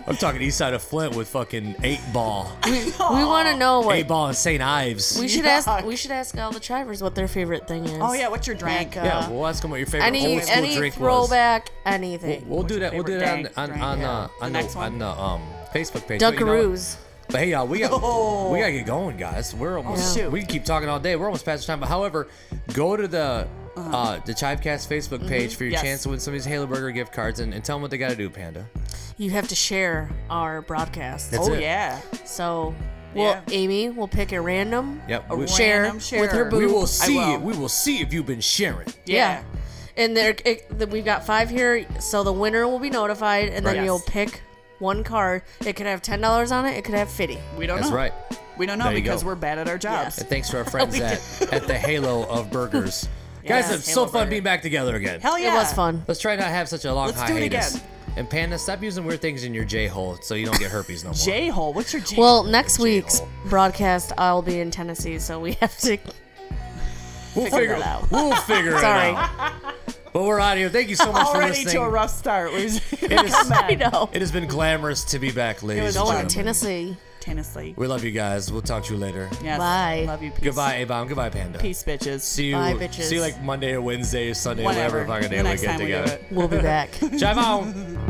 A: I'm talking east side of Flint with fucking eight ball,
C: We want to know
A: eight
C: what.
A: ball and St. Ives.
C: We should
B: Yuck.
C: ask. We should ask all the drivers what their favorite thing is.
B: Oh yeah, what's your drink?
C: Like, uh,
A: yeah, we'll ask them what your favorite
C: any
A: old school
C: any
A: drink
C: throwback anything.
A: was. We'll do that. We'll do that
B: favorite
A: on on
B: drink,
A: on,
B: yeah.
A: uh,
B: The
A: on,
B: next
A: the,
B: one?
A: on the um Facebook page. But you know what?
C: Dunkaroos.
A: But hey, y'all, we got
B: Oh.
A: we gotta get going, guys. We're almost
B: Yeah. shoot.
A: we can keep talking all day. We're almost past the time. But however, go to the uh the Chivecast Facebook page for your
B: Mm-hmm. Yes.
A: chance to win some of these Halo Burger gift cards and, and tell them what they gotta do, Panda.
C: You have to share our broadcast.
A: That's
B: oh
A: it.
B: yeah.
C: So, well,
B: Yeah.
C: Amy will pick a random.
A: Yep.
B: A
A: we,
C: Share
B: Random share.
C: with her boo.
A: we will
B: I
A: see
B: will.
A: it. We will see if you've been sharing.
B: Yeah.
C: And there, it, the, we've got five here, so the winner will be notified, and then
B: Right.
C: you'll
B: Yes.
C: pick one card. It could have ten dollars on it. It could have fifty.
B: We don't
A: That's
B: know.
A: right.
B: We don't know
A: There you
B: because
A: go.
B: we're bad at our jobs.
A: And thanks to our friends at, at the Halo of Burgers.
B: Yes,
A: guys, it's so
B: Halo
A: fun
B: Burger.
A: being back together again.
B: Hell yeah.
C: It was fun.
A: Let's try not to have such a long
B: Let's do it
A: hiatus.
B: again.
A: And Panda, stop using weird things in your J hole so you don't get herpes no more.
B: J hole. What's your J?
C: Well, next
A: J-hole.
C: week's broadcast, I'll be in Tennessee, so we have to.
A: We'll figure,
C: that out.
A: We'll figure
C: Sorry.
A: it out. But we're out of here. Thank you so much for
B: already
A: listening.
B: to a rough start. We was
A: it, is,
C: I know.
A: it has been glamorous to be back, ladies
B: was
A: and
B: fun.
A: gentlemen.
C: Tennessee.
B: Tennessee.
A: We love you guys. We'll talk to you later.
B: Yes.
C: Bye.
B: Love you. Peace.
A: Goodbye, A-Bomb. Goodbye, Panda.
B: Peace, bitches.
A: See you.
C: Bye, bitches.
A: See you like Monday or Wednesday or Sunday,
B: Whatever.
A: whatever fucking day
B: the
A: we
B: next
A: get
B: time we do
A: together.
B: it.
C: We'll be back.
A: Jive on.